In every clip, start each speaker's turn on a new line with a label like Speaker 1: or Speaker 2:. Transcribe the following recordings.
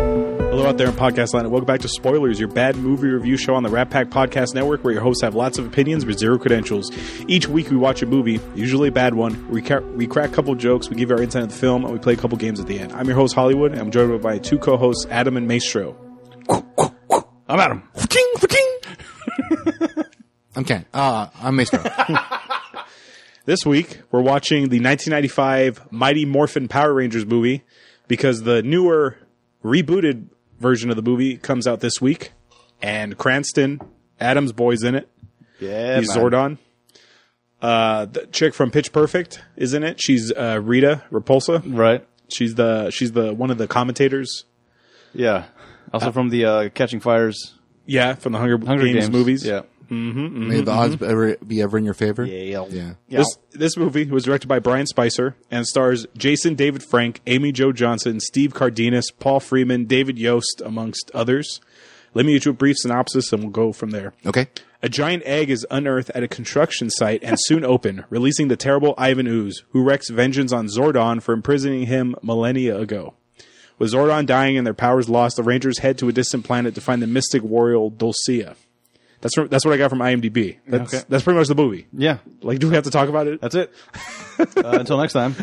Speaker 1: go out there and podcast line. And welcome back to Spoilers, your bad movie review show on the Rat Pack Podcast Network, where your hosts have lots of opinions but zero credentials. Each week we watch a movie, usually a bad one. We, ca- we crack a couple jokes, we give our insight of the film, and we play a couple games at the end. I'm your host Hollywood, and I'm joined by my two co-hosts Adam and Maestro. I'm Adam.
Speaker 2: I'm Ken. Uh, I'm Maestro.
Speaker 1: This week, we're watching the 1995 Mighty Morphin Power Rangers movie because the newer rebooted version of the movie comes out this week, and Cranston, Adam's boy's in it.
Speaker 3: Yeah,
Speaker 1: He's Zordon. Uh, the chick from Pitch Perfect is in it. She's uh, Rita Repulsa.
Speaker 3: Right.
Speaker 1: She's the she's the one of the commentators.
Speaker 3: Yeah. Also from the uh, Catching Fires
Speaker 1: Yeah, from the Hunger,
Speaker 3: Hunger
Speaker 1: Games,
Speaker 3: Games,
Speaker 1: movies.
Speaker 3: Yeah.
Speaker 2: May the odds ever be ever in your favor.
Speaker 3: Mm-hmm. Yeah.
Speaker 2: Yeah.
Speaker 3: Yeah.
Speaker 1: This this movie was directed by Brian Spicer and stars Jason David Frank, Amy Jo Johnson, Steve Cardenas, Paul Freeman, David Yost, amongst others. Let me get you a brief synopsis and we'll go from there.
Speaker 2: Okay.
Speaker 1: A giant egg is unearthed at a construction site and soon open, releasing the terrible Ivan Ooze, who wreaks vengeance on Zordon for imprisoning him millennia ago. With Zordon dying and their powers lost, the Rangers head to a distant planet to find the mystic warrior Dulcia. That's from, that's what I got from IMDb. That's
Speaker 3: Okay.
Speaker 1: that's pretty much the movie.
Speaker 3: yeah.
Speaker 1: Like, do we have to talk about it?
Speaker 3: That's it. uh, until next time.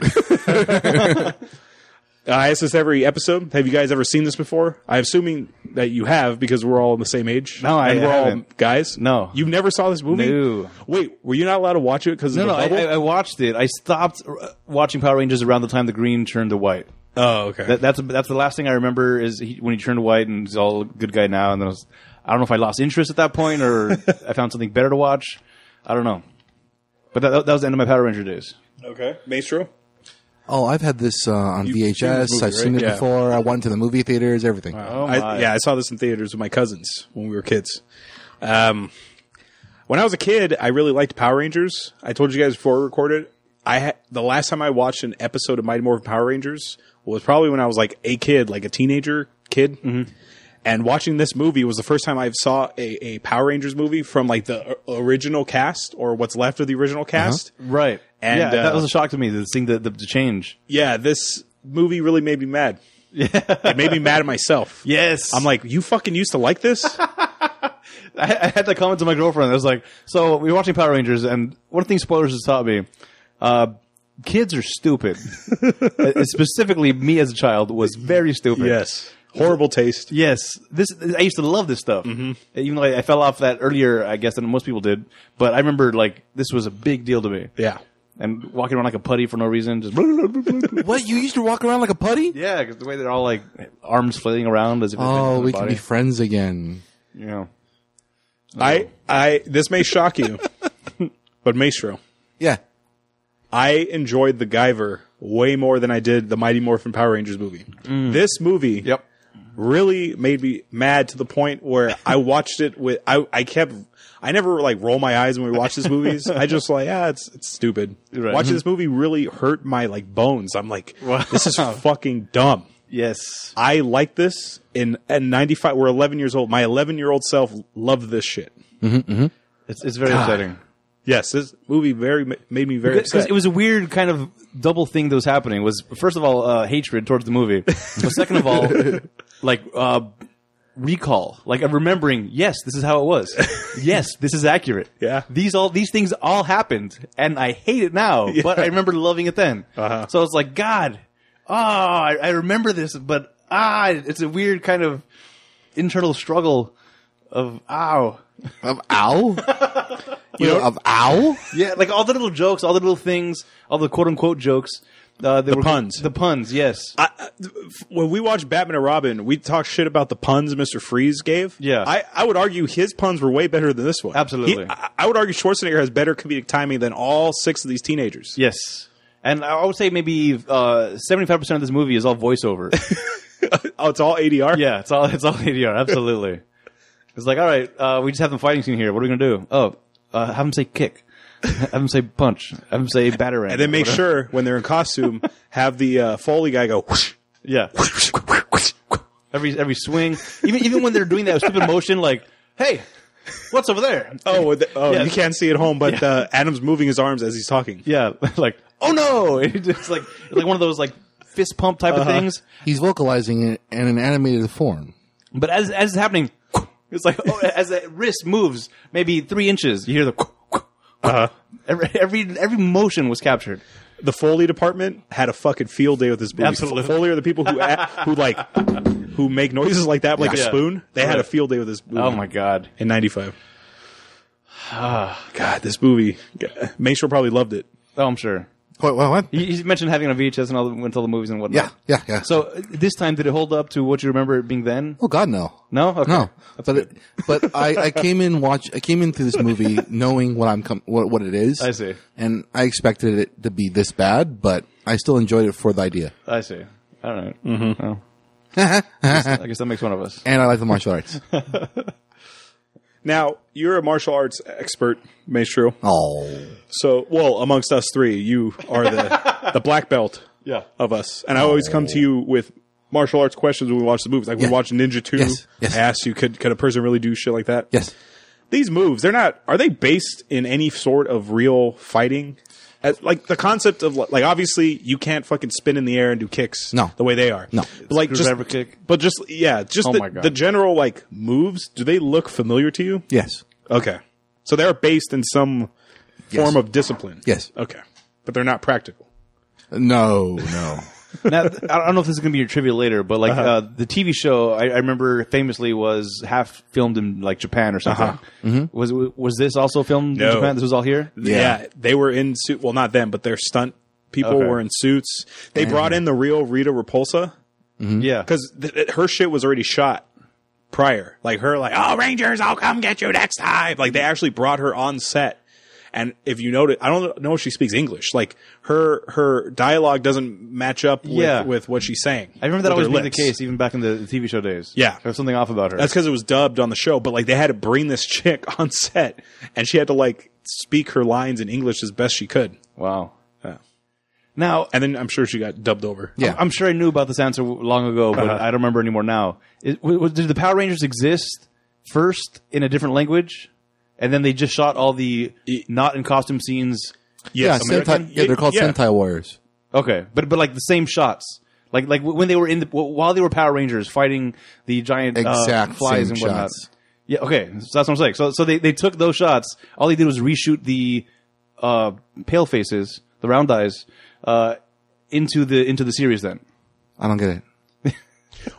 Speaker 1: I ask this every episode. Have you guys ever seen this before? I'm assuming that you have because we're all the same age.
Speaker 3: No, I
Speaker 1: and we're all
Speaker 3: haven't.
Speaker 1: guys.
Speaker 3: No.
Speaker 1: you never saw this movie.
Speaker 3: No.
Speaker 1: Wait, were you not allowed to watch it because
Speaker 3: No,
Speaker 1: of
Speaker 3: no,
Speaker 1: the
Speaker 3: I,
Speaker 1: bubble?
Speaker 3: I I watched it. I stopped uh, watching Power Rangers around the time the green turned to white.
Speaker 1: oh, okay.
Speaker 3: That, that's that's the last thing I remember is he, when he turned to white and he's all good guy now. And then I, was, I don't know if I lost interest at that point or I found something better to watch. I don't know. But that, that was the end of my Power Ranger days.
Speaker 1: okay, Maestro.
Speaker 2: Oh, I've had this uh, on VHS.
Speaker 1: seen the movie,
Speaker 2: I've seen
Speaker 1: right?
Speaker 2: it
Speaker 1: Yeah.
Speaker 2: before. I went to the movie theaters. Everything.
Speaker 3: Oh
Speaker 1: I, yeah, I saw this in theaters with my cousins when we were kids. Um, when I was a kid, I really liked Power Rangers. I told you guys before we recorded. I ha- the last time I watched an episode of Mighty Morphin Power Rangers was probably when I was like a kid, like a teenager kid. And watching this movie was the first time I saw a, a Power Rangers movie from like the o- original cast or what's left of the original cast.
Speaker 3: Right.
Speaker 1: And,
Speaker 3: yeah, that
Speaker 1: uh,
Speaker 3: was a shock to me. The thing that the, the change.
Speaker 1: Yeah, this movie really made me mad. Yeah. it made me mad at myself.
Speaker 3: Yes,
Speaker 1: I'm like, you fucking used to like this?
Speaker 3: I, I had that comment to my girlfriend. I was like, so we were watching Power Rangers, and one thing spoilers has taught me, uh, kids are stupid. Uh, Specifically, me as a child was very stupid.
Speaker 1: Horrible taste.
Speaker 3: Yes, this I used to love this stuff.
Speaker 2: Mm-hmm.
Speaker 3: Even though I, I fell off that earlier, I guess than most people did. But I remember like this was a big deal to me.
Speaker 1: Yeah.
Speaker 3: and walking around like a putty for no reason, just
Speaker 2: what you used to walk around like a putty?
Speaker 3: yeah, because the way they're all like arms flailing around as if
Speaker 2: Oh, we can be friends again.
Speaker 3: you know.
Speaker 1: I, I, this may shock you, but Maestro,
Speaker 2: Yeah.
Speaker 1: I enjoyed the Guyver way more than I did the Mighty Morphin Power Rangers movie. This movie
Speaker 3: Mm. Yep.
Speaker 1: really made me mad to the point where I watched it with, I, I kept, I never like roll my eyes when we watch these movies. I just like, ah, it's, it's stupid.
Speaker 3: Right. Mm-hmm.
Speaker 1: Watching this movie really hurt my like bones. I'm like, this is fucking dumb.
Speaker 3: Yes.
Speaker 1: I like this in at 95. We're 11 years old. My 11 year old self loved this shit.
Speaker 3: It's, it's very upsetting.
Speaker 1: Yes, this movie very ma- made me very
Speaker 3: Because
Speaker 1: upset.
Speaker 3: it was a weird kind of double thing that was happening. Was first of all uh, hatred towards the movie, but second of all, like uh, recall, like I'm remembering. Yes, this is how it was. Yes, this is accurate.
Speaker 1: Yeah.
Speaker 3: these all these things all happened, and I hate it now, but I remember loving it then.
Speaker 1: Uh-huh.
Speaker 3: So it's like God. Oh, I, I remember this, but ah, it's a weird kind of internal struggle of ow.
Speaker 2: Of ow. you know, of ow.
Speaker 3: Yeah, like all the little jokes, all the little things, all the quote unquote jokes. Uh, the
Speaker 1: puns.
Speaker 3: The puns, yes.
Speaker 1: I, I- when we watched Batman and Robin, we talked shit about the puns Mr. Freeze gave.
Speaker 3: Yeah.
Speaker 1: I, I would argue his puns were way better than this one.
Speaker 3: Absolutely.
Speaker 1: He- I, I would argue Schwarzenegger has better comedic timing than all six of these teenagers.
Speaker 3: yes. And I would say maybe uh, seventy-five percent of this movie is all voiceover.
Speaker 1: Oh, it's all ADR.
Speaker 3: yeah, it's all it's all ADR. Absolutely. it's like, all right, uh, we just have them fighting scene here. What are we gonna do? Oh, uh, have them say kick. have them say punch. Have them say batarang.
Speaker 1: And then make
Speaker 3: Whatever.
Speaker 1: sure when they're in costume, have the uh, Foley guy go. Whoosh,
Speaker 3: yeah.
Speaker 1: whoosh, whoosh, whoosh, whoosh.
Speaker 3: Every every swing, even even when they're doing that stupid motion, like, hey, what's over there?
Speaker 1: Oh, with the, oh
Speaker 3: Yeah.
Speaker 1: you can't see at home, but
Speaker 3: Yeah.
Speaker 1: uh, Adam's moving his arms as he's talking.
Speaker 3: Yeah, like oh no, it's like Uh-huh. like one of those like fist pump type of things.
Speaker 2: He's vocalizing it in an animated form.
Speaker 3: But as as it's happening, it's like oh, as the wrist moves maybe three inches, you hear the. Uh-huh. Every, every every motion was captured.
Speaker 1: the Foley department had a fucking field day with this movie.
Speaker 3: Absolutely.
Speaker 1: Foley are the people who a- who like who make noises like that like a
Speaker 3: Yeah.
Speaker 1: spoon. They had a
Speaker 3: Right.
Speaker 1: field day with this movie.
Speaker 3: Oh my god!
Speaker 1: In 95. God, this movie. Mayshore probably loved it.
Speaker 3: Oh, I'm sure.
Speaker 2: What? What? what?
Speaker 3: You, you mentioned having a VHS and all the, went to all the movies and whatnot.
Speaker 2: Yeah, yeah, yeah.
Speaker 3: So uh, this time, did it hold up to what you remember it being then?
Speaker 2: oh God, no,
Speaker 3: No, okay.
Speaker 2: no. but it, but I, I came in watch. I came into this movie knowing what I'm com- what what it is.
Speaker 3: I see.
Speaker 2: and I expected it to be this bad, but I still enjoyed it for the idea.
Speaker 3: I see. I don't know. Mm-hmm. Oh. I guess that makes one of us.
Speaker 2: And I like the martial arts.
Speaker 1: Now, you're a martial arts expert, Maestro.
Speaker 2: Oh,
Speaker 1: So, well, amongst us three, you are the the black belt
Speaker 3: Yeah.
Speaker 1: of us. And I always come to you with martial arts questions when we watch the movies. Like we
Speaker 2: Yeah.
Speaker 1: watched Ninja 2.
Speaker 2: Yes, yes.
Speaker 1: I asked you could could a person really do shit like that?
Speaker 2: yes.
Speaker 1: these moves they're not are they based in any sort of real fighting As, like the concept of like obviously you can't fucking spin in the air and do kicks
Speaker 2: No.
Speaker 1: the way they are
Speaker 2: No.
Speaker 1: but like just
Speaker 3: Screwdriver kick.
Speaker 1: but just yeah just
Speaker 3: Oh my
Speaker 1: the,
Speaker 3: God.
Speaker 1: the general like moves do they look familiar to you
Speaker 2: Yes.
Speaker 1: okay so they're based in some form of discipline
Speaker 2: Yes.
Speaker 1: okay but they're not practical
Speaker 2: No, no.
Speaker 3: now, th- I don't know if this is going to be your trivia later, but like
Speaker 1: Uh-huh.
Speaker 3: uh the TV show, I, I remember famously was half filmed in like Japan or something. Was was this also
Speaker 1: Uh-huh.
Speaker 3: filmed
Speaker 1: Mm-hmm. No.
Speaker 3: in Japan? This was all here.
Speaker 1: yeah. they were in suit well not them but their stunt people
Speaker 3: Okay.
Speaker 1: were in suits they brought in the real rita repulsa
Speaker 3: Yeah,
Speaker 1: because th- th- her shit was already shot prior. Like her, like oh Rangers, I'll come get you next time. Like they
Speaker 3: Mm-hmm.
Speaker 1: actually brought her on set. And if you notice, I don't know if she speaks English. Like her her dialogue doesn't match up with,
Speaker 3: Yeah.
Speaker 1: with what she's saying.
Speaker 3: I remember that
Speaker 1: with
Speaker 3: always
Speaker 1: her
Speaker 3: being the
Speaker 1: lips.
Speaker 3: case, even back in the, the TV show days.
Speaker 1: Yeah.
Speaker 3: there was something off about her.
Speaker 1: That's because it was dubbed on the show, but like they had to bring this chick on set, and she had to like speak her lines in English as best she could.
Speaker 3: wow.
Speaker 1: Yeah.
Speaker 3: Now,
Speaker 1: And then I'm sure she got dubbed over.
Speaker 2: Yeah.
Speaker 3: I'm sure I knew about this answer w- long ago, but
Speaker 1: Uh-huh.
Speaker 3: I don't remember anymore now. Is, w- w- did the Power Rangers exist first in a different language, and then they just shot all the not in costume scenes?
Speaker 2: yeah,
Speaker 1: Yes,
Speaker 2: Sentai,
Speaker 1: American-
Speaker 2: yeah, they're called
Speaker 1: yeah.
Speaker 2: Sentai Warriors.
Speaker 3: Okay, but but like the same shots, like like when they were in the while they were Power Rangers fighting the giant
Speaker 2: Exact
Speaker 3: uh, flies
Speaker 2: same
Speaker 3: and whatnot.
Speaker 2: shots.
Speaker 3: Yeah, okay, so that's what I'm saying. So so they, they took those shots. All they did was reshoot the uh, pale faces, the round eyes, uh, into the into the series. Then
Speaker 2: I don't get it.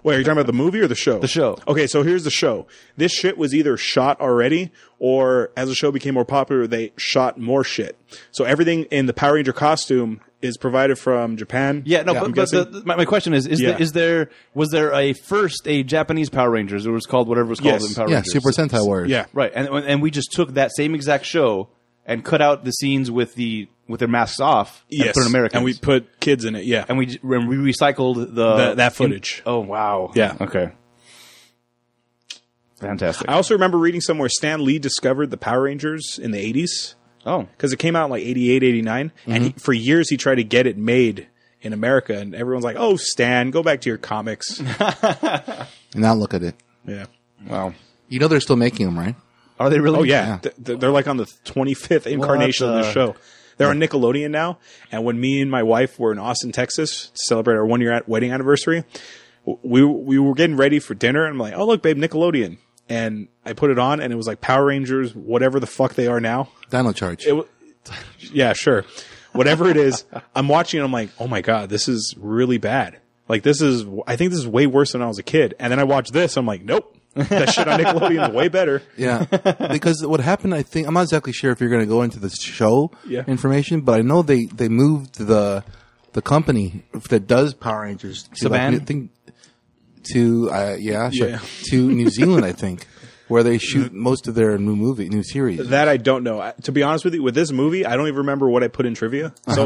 Speaker 1: Wait, are you talking about the movie or the show? The
Speaker 3: show.
Speaker 1: Okay, so here's the show. This shit was either shot already, or as the show became more popular, they shot more shit. So everything in the Power Ranger costume is provided from Japan.
Speaker 3: yeah, no,
Speaker 1: I'm
Speaker 3: but, but the,
Speaker 1: guessing.
Speaker 3: the- my, my question is is,
Speaker 1: Yeah.
Speaker 3: there, is there was there a first a Japanese Power Rangers? It was called whatever it was called
Speaker 1: Yes.
Speaker 3: in Power
Speaker 2: Yeah,
Speaker 3: Rangers.
Speaker 2: Super Sentai Warriors.
Speaker 1: yeah,
Speaker 3: Right, and and we just took that same exact show and cut out the scenes with the with their masks off. and
Speaker 1: yes,
Speaker 3: put in Americans,
Speaker 1: and we put kids in it. Yeah,
Speaker 3: and we j- and we recycled the
Speaker 1: That- that footage.
Speaker 3: oh wow!
Speaker 1: Yeah.
Speaker 3: Okay. Fantastic.
Speaker 1: I also remember reading somewhere Stan Lee discovered the Power Rangers in the 80s
Speaker 3: oh,
Speaker 1: because it came out in like 88, 89, and he,
Speaker 3: Mm-hmm.
Speaker 1: for years he tried to get it made in America, and everyone's like, "Oh, Stan, go back to your comics."
Speaker 2: And now look at it.
Speaker 1: yeah.
Speaker 3: wow.
Speaker 2: You know they're still making them, right?
Speaker 3: Are they really?
Speaker 1: Oh yeah, Th- th- they're like on the 25th incarnation of
Speaker 3: the-
Speaker 1: this show. They're on Nickelodeon now, and when me and my wife were in Austin, Texas, to celebrate our one year at wedding anniversary, w- we we were getting ready for dinner, and I'm like, "Oh look, babe, Nickelodeon," and I put it on, and it was like Power Rangers, whatever the fuck they are now.
Speaker 2: Dino Charge.
Speaker 1: It, w- yeah, sure, whatever it is, I'm watching, and I'm like, "Oh my god, this is really bad." Like this is, I think this is way worse than when I was a kid. And then I watched this, I'm like, "Nope, that shit on Nickelodeon is way better."
Speaker 2: Yeah, because what happened, I think I'm not exactly sure if you're going to go into the show
Speaker 1: Yeah.
Speaker 2: information, but I know they they moved the the company that does Power Rangers to like,
Speaker 3: Saban?
Speaker 2: I think to uh, yeah, sure,
Speaker 1: Yeah.
Speaker 2: to New Zealand, I think, where they shoot most of their new movie, new series.
Speaker 1: That I don't know. I, to be honest with you, with this movie, I don't even remember what I put in trivia. So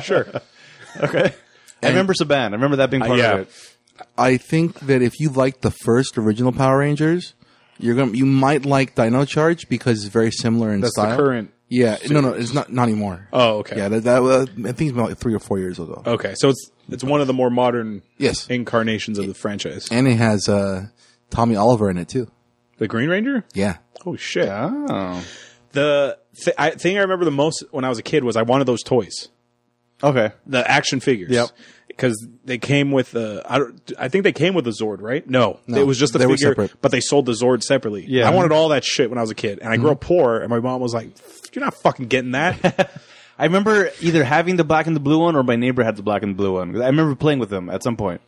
Speaker 1: sure,
Speaker 3: I remember Saban. I remember that being part
Speaker 1: Uh, yeah.
Speaker 3: of it.
Speaker 2: I think that if you like the first original Power Rangers, you're going to you might like Dino Charge because it's very similar in
Speaker 1: that's
Speaker 2: style.
Speaker 1: the current.
Speaker 2: yeah, no, no, it's not not anymore.
Speaker 1: Oh, okay. Oh.
Speaker 2: Yeah, that, that uh, I think it's about three or four years ago.
Speaker 1: Okay, so it's it's one of the more modern
Speaker 2: Yes.
Speaker 1: incarnations of the franchise.
Speaker 2: and it has uh, Tommy Oliver in it too.
Speaker 1: The Green Ranger.
Speaker 2: Yeah,
Speaker 1: Oh shit!
Speaker 3: Oh.
Speaker 1: The th- I, thing I remember the most when I was a kid was I wanted those toys,
Speaker 3: Okay.
Speaker 1: the action figures.
Speaker 3: Yep.
Speaker 1: because they came with the. I, don't- I think they came with a Zord, right? No, it was just the
Speaker 2: they were
Speaker 1: figure,
Speaker 2: separate.
Speaker 1: but they sold the Zord separately.
Speaker 3: Yeah.
Speaker 1: I wanted all that shit when I was a kid, and I
Speaker 2: Mm-hmm.
Speaker 1: grew up poor, and my mom was like, "You're not fucking getting that."
Speaker 3: I remember either having the black and the blue one or my neighbor had the black and the blue one. I remember playing with them at some point,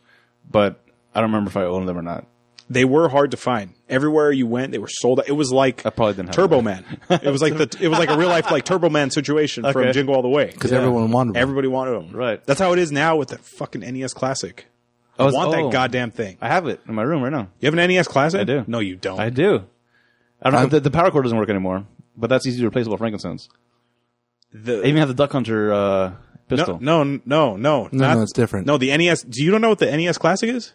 Speaker 3: but I don't remember if I owned them or not.
Speaker 1: they were hard to find. Everywhere you went, they were sold. out. It was like
Speaker 3: probably didn't have
Speaker 1: Turbo Man. It was like the it was like a real life like Turbo Man situation from
Speaker 3: Okay.
Speaker 1: Jingle All the Way.
Speaker 2: because everyone wanted one.
Speaker 1: Everybody wanted them.
Speaker 3: Right.
Speaker 1: That's how it is now with the fucking NES Classic.
Speaker 3: I was-
Speaker 1: Want
Speaker 3: oh,
Speaker 1: that goddamn thing.
Speaker 3: I have it in my room right now.
Speaker 1: You have an NES Classic? I
Speaker 3: do.
Speaker 1: No, you don't.
Speaker 3: I do. I don't know. Uh, The, the power cord doesn't work anymore, but that's easy to replace with frankincense.
Speaker 1: The-
Speaker 3: I even have the Duck Hunter uh, pistol.
Speaker 1: no, no, no, no, no.
Speaker 2: no, it's different.
Speaker 1: No, the NES. Do you don't know what the NES Classic is?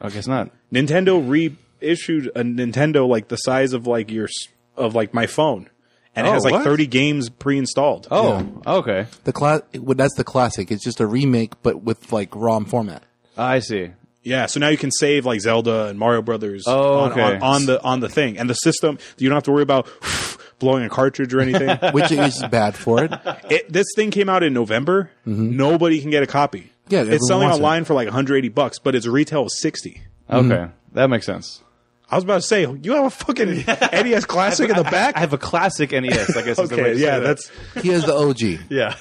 Speaker 3: I guess not.
Speaker 1: Nintendo reissued a Nintendo like the size of like your s- of like my phone, and it
Speaker 3: Oh,
Speaker 1: has like
Speaker 3: what?
Speaker 1: 30 games pre-installed.
Speaker 3: Oh, okay.
Speaker 2: The cla- well, that's the classic. It's just a remake, but with like ROM format.
Speaker 3: I see.
Speaker 1: Yeah, so now you can save like Zelda and Mario Brothers
Speaker 3: Oh,
Speaker 1: on,
Speaker 3: okay.
Speaker 1: on, on the on the thing and the system. You don't have to worry about blowing a cartridge or anything.
Speaker 2: which is bad for it.
Speaker 1: it, this thing came out in November. Nobody can get a copy.
Speaker 2: Yeah, everyone
Speaker 1: it's selling
Speaker 2: wants it.
Speaker 1: online for like 180 bucks, but its retail is 60.
Speaker 3: Okay, that makes sense.
Speaker 1: I was about to say, you have a fucking NES Classic in the back.
Speaker 3: I have a classic NES. I guess. is the way
Speaker 1: okay,
Speaker 3: to
Speaker 1: yeah,
Speaker 3: say that.
Speaker 1: that's
Speaker 2: He has the OG.
Speaker 3: Yeah.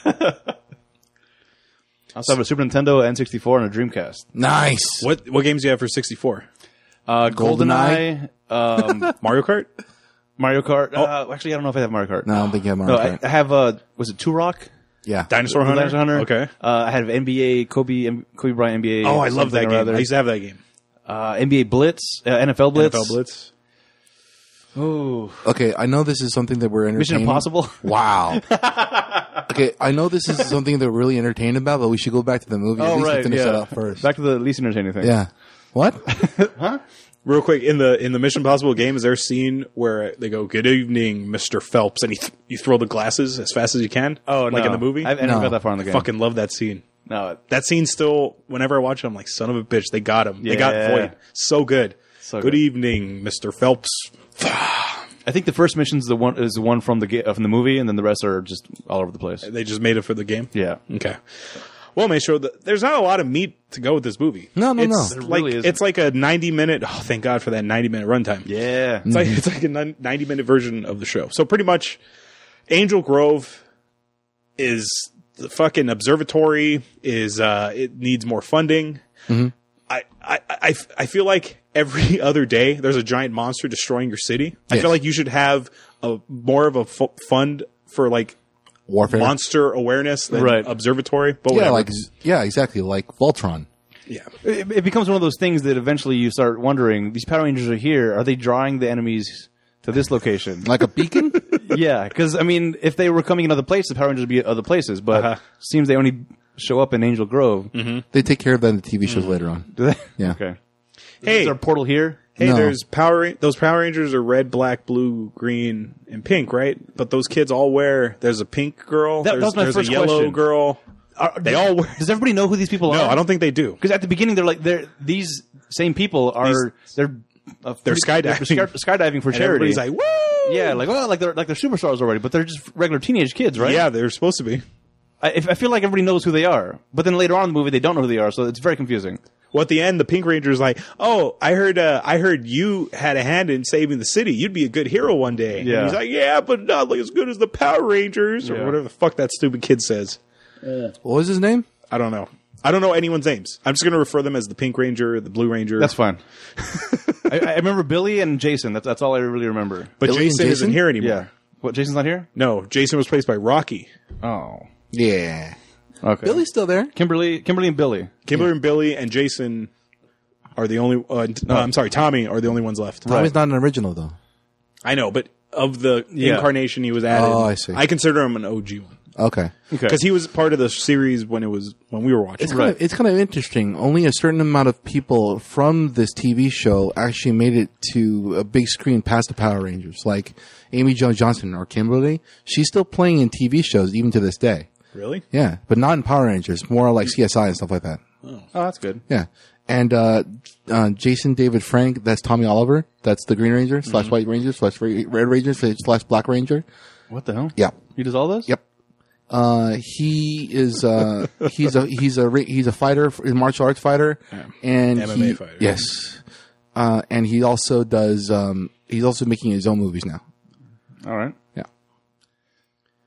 Speaker 3: I also have a Super Nintendo, N64, and a Dreamcast.
Speaker 2: Nice.
Speaker 1: what. What games do you have for 64?
Speaker 3: Uh, GoldenEye, um,
Speaker 1: Mario Kart.
Speaker 3: Mario Kart. Uh, actually, I don't know if I have Mario Kart.
Speaker 2: No, I don't think you have Mario
Speaker 3: No, I,
Speaker 2: Kart.
Speaker 3: I have, uh, was it Two Rock?
Speaker 2: yeah.
Speaker 1: Dinosaur Hunter.
Speaker 3: Dinosaur Hunter.
Speaker 1: Okay.
Speaker 3: Uh, I have NBA, Kobe, M- Kobe Bryant NBA.
Speaker 1: Oh, I love that
Speaker 3: something or
Speaker 1: game.
Speaker 3: other.
Speaker 1: I used to have that game.
Speaker 3: Uh, NBA Blitz, uh, NFL Blitz.
Speaker 1: NFL Blitz.
Speaker 3: Ooh.
Speaker 2: Okay, I know this is something that we're entertaining.
Speaker 3: Mission Impossible.
Speaker 2: Wow. okay, I know this is something that we're really entertained about, but we should go back to the movie. At least finish that up first.
Speaker 3: Oh, Back to the least entertaining thing.
Speaker 2: yeah. What?
Speaker 1: Real quick in the in the Mission Impossible game, is there a scene where they go, "Good evening, Mister Phelps," and you, th- you throw the glasses as fast as you can?
Speaker 3: Oh,
Speaker 1: like
Speaker 3: no.
Speaker 1: in the movie.
Speaker 3: I, I never
Speaker 2: No.
Speaker 3: got that far in the game.
Speaker 1: fucking love that scene.
Speaker 3: No.
Speaker 1: That scene still, whenever I watch it, I'm like, "Son of a bitch, they got him. They got
Speaker 3: Yeah.
Speaker 1: Void. So good.
Speaker 3: So
Speaker 1: good
Speaker 3: good.
Speaker 1: evening, Mister Phelps."
Speaker 3: I think the first mission's the one is the one from the ga- uh, from the movie, and then the rest are just all over the place.
Speaker 1: They just made it for the game.
Speaker 3: Yeah.
Speaker 1: Okay. Well, make sure that there's not a lot of meat to go with this movie.
Speaker 2: No, no,
Speaker 1: it's
Speaker 2: no.
Speaker 3: There
Speaker 1: Like,
Speaker 3: really isn't.
Speaker 1: it's like a 90 minute. Oh, thank God for that 90 minute runtime.
Speaker 3: Yeah.
Speaker 1: It's
Speaker 2: Mm. Mm-hmm.
Speaker 1: like it's like a nin- ninety minute version of the show. So pretty much, Angel Grove is the fucking observatory. Is uh, it needs more funding?
Speaker 2: Mm-hmm.
Speaker 1: I, I I I feel like every other day there's a giant monster destroying your city. I feel like you should have a more of a fu- fund for like
Speaker 2: Warfare.
Speaker 1: monster awareness than
Speaker 3: Right.
Speaker 1: observatory. But
Speaker 2: yeah,
Speaker 1: whatever.
Speaker 2: like yeah, exactly, like Voltron.
Speaker 1: yeah.
Speaker 3: It, it becomes one of those things that eventually you start wondering: these Power Rangers are here. Are they drawing the enemies to this location?
Speaker 2: Like a beacon?
Speaker 3: yeah, because I mean, if they were coming in other places, the Power Rangers would be at other places. But
Speaker 1: Uh-huh.
Speaker 3: seems they only show up in Angel Grove.
Speaker 2: they take care of that in the TV
Speaker 3: Mm.
Speaker 2: shows later on.
Speaker 3: Do they?
Speaker 2: Yeah.
Speaker 3: Okay.
Speaker 1: Mm-hmm. Hey,
Speaker 3: Is there a portal here?
Speaker 1: Hey,
Speaker 2: No.
Speaker 1: there's Power. Ra- Those Power Rangers are red, black, blue, green, and pink, right? But those kids all wear. There's a pink girl.
Speaker 3: That- that
Speaker 1: there's
Speaker 3: was my
Speaker 1: there's
Speaker 3: first
Speaker 1: a yellow
Speaker 3: question.
Speaker 1: girl. Uh, they all wear.
Speaker 3: Does everybody know who these people
Speaker 1: No,
Speaker 3: are?
Speaker 1: I don't think they do.
Speaker 3: Because at the beginning, they're like they're these same people are they're uh,
Speaker 1: They're skydiving.
Speaker 3: they're sky- skydiving for
Speaker 1: And
Speaker 3: charity.
Speaker 1: everybody's like, woo!
Speaker 3: yeah, like oh, like they're like they're superstars already, but they're just regular teenage kids, right?
Speaker 1: yeah, they're supposed to be.
Speaker 3: I, if- I feel like everybody knows who they are, but then later on in the movie, they don't know who they are, so it's very confusing.
Speaker 1: Well, at the end, the Pink Ranger's like, "Oh, I heard, uh, I heard you had a hand in saving the city. You'd be a good hero one day." And
Speaker 3: Yeah.
Speaker 1: he's like, "Yeah, but not like as good as the Power Rangers or
Speaker 3: Yeah.
Speaker 1: whatever the fuck that stupid kid says."
Speaker 2: What was his name?
Speaker 1: I don't know. I don't know anyone's names. I'm just gonna refer them as the Pink Ranger, the Blue Ranger.
Speaker 3: That's fine. I, I remember Billy and Jason. That's that's all I really remember.
Speaker 1: but
Speaker 2: Billy and
Speaker 1: Jason isn't
Speaker 2: Jason?
Speaker 1: here anymore.
Speaker 3: yeah, what Jason's not here?
Speaker 1: No, Jason was placed by Rocky.
Speaker 3: Oh,
Speaker 2: Yeah.
Speaker 3: okay.
Speaker 2: Billy's Oh, still there.
Speaker 3: Kimberly, Kimberly and Billy.
Speaker 1: Kimber and Billy and Jason are the only. Uh, t- no, I'm sorry, Tommy are the only ones left.
Speaker 2: Tommy's not an original though.
Speaker 1: I know, but of the
Speaker 3: Yeah.
Speaker 1: incarnation he was added,
Speaker 2: Oh, I see.
Speaker 1: I consider him an OG one
Speaker 2: Okay.
Speaker 3: Okay,
Speaker 1: because he was part of the series when it was when we were watching.
Speaker 2: It's kind, of, it's kind of interesting. Only a certain amount of people from this TV show actually made it to a big screen past the Power Rangers. Like Amy Jo Johnson or Kimberly, she's still playing in TV shows even to this day.
Speaker 1: Really?
Speaker 2: Yeah, but not in Power Rangers, more like CSI and stuff like that.
Speaker 3: oh, that's good.
Speaker 2: Yeah. And uh, uh, Jason David Frank, that's Tommy Oliver. That's the Green Ranger slash White Ranger slash Re- Red Ranger slash Black Ranger.
Speaker 3: What the hell?
Speaker 2: Yeah.
Speaker 3: he does all this.
Speaker 2: Yep. Uh, he is uh, he's a he's a re- he's a fighter, he's a martial arts fighter, and
Speaker 1: MMA
Speaker 2: he-
Speaker 1: fighter.
Speaker 2: Yes, uh, and he also does. Um, he's also making his own movies now.
Speaker 3: All right.
Speaker 2: Yeah.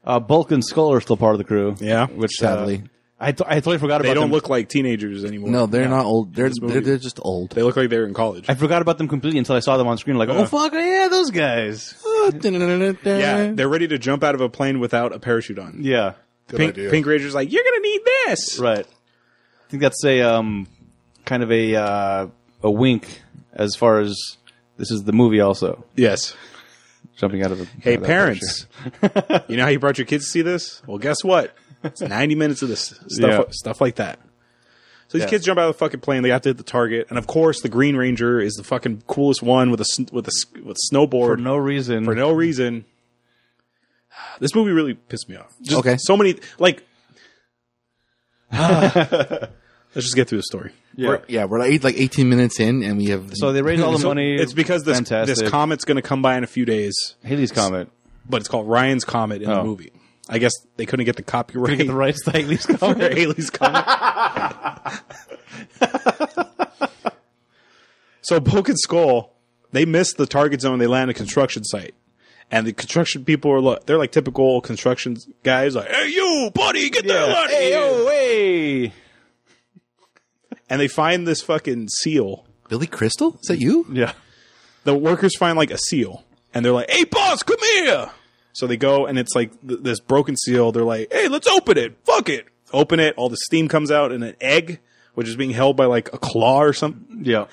Speaker 3: Uh, Bulk and Skull are still part of the crew.
Speaker 1: Yeah.
Speaker 3: which uh,
Speaker 2: Sadly.
Speaker 3: I to- I totally forgot about.
Speaker 1: They don't
Speaker 3: them.
Speaker 1: look like teenagers anymore.
Speaker 2: No, they're not old. They're
Speaker 1: This movie-
Speaker 2: they're, they're just old.
Speaker 1: They look like they're in college.
Speaker 3: I forgot about them completely until I saw them on screen. Like, oh fuck, yeah, those guys.
Speaker 1: yeah, they're ready to jump out of a plane without a parachute on.
Speaker 3: Yeah,
Speaker 1: Pink,
Speaker 2: idea.
Speaker 1: Pink Ranger's like, you're gonna need this.
Speaker 3: right. I think that's a um, kind of a uh, a wink as far as this is the movie. Also
Speaker 1: Yes.
Speaker 3: jumping out of a
Speaker 1: Hey,
Speaker 3: out of a
Speaker 1: parents. you know how you brought your kids to see this? Well, guess what? It's 90 minutes of this stuff,
Speaker 3: Yeah.
Speaker 1: stuff like that. So these
Speaker 3: Yeah.
Speaker 1: kids jump out of the fucking plane. They have to hit the target, and of course, the Green Ranger is the fucking coolest one with a sn- with a s- with a snowboard
Speaker 3: for no reason.
Speaker 1: for no reason. This movie really pissed me off. Just
Speaker 2: Okay.
Speaker 1: so many like. let's just get through the story.
Speaker 3: Yeah.
Speaker 2: We're- yeah, we're like, like 18 minutes in, and we have
Speaker 3: So they raise all the
Speaker 1: So
Speaker 3: money.
Speaker 1: it's because this
Speaker 3: fantastic.
Speaker 1: this comet's going to come by in a few days,
Speaker 3: Haley's comment.
Speaker 1: but it's called Ryan's comet in the
Speaker 3: Oh.
Speaker 1: movie. I guess they couldn't get the copyright
Speaker 3: Get the rights to Haley's comment.
Speaker 1: for Haley's comet. so Bulk and Skull, they missed the target zone. They land a construction site, and the construction people are like they're like typical construction guys, like "Hey you, buddy, get the hell out of
Speaker 3: Hey,
Speaker 1: here!"
Speaker 3: oh, hey.
Speaker 1: And they find this fucking seal.
Speaker 2: Billy Crystal? Is that you?
Speaker 3: Yeah.
Speaker 1: the workers find like a seal and they're like, "Hey, boss, come here!" So they go and it's like th- this broken seal. They're like, "Hey, let's open it. Fuck it, open it." All the steam comes out and an egg, which is being held by like a claw or something.
Speaker 3: Yeah.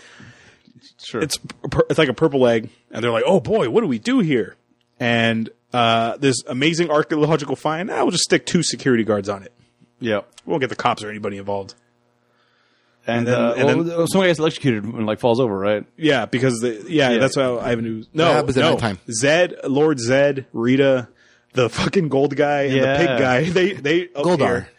Speaker 3: Sure.
Speaker 1: It's pur- it's like a purple egg, and they're like, "Oh boy, what do we do here?" And uh, this amazing archaeological find. I will just stick two security guards on it.
Speaker 3: yeah.
Speaker 1: We won't get the cops or anybody involved.
Speaker 3: And,
Speaker 1: then-
Speaker 3: uh,
Speaker 1: and
Speaker 3: well,
Speaker 1: then-
Speaker 3: some guy gets electrocuted and like falls over, right?
Speaker 1: Yeah, because the yeah, that's how I knew. No,
Speaker 2: That happens at
Speaker 1: no.
Speaker 2: nighttime.
Speaker 1: Zed, Lord Zed, Rita, the fucking gold guy and the
Speaker 3: Yeah.
Speaker 1: pig guy. They they up
Speaker 2: Goldar.
Speaker 1: here.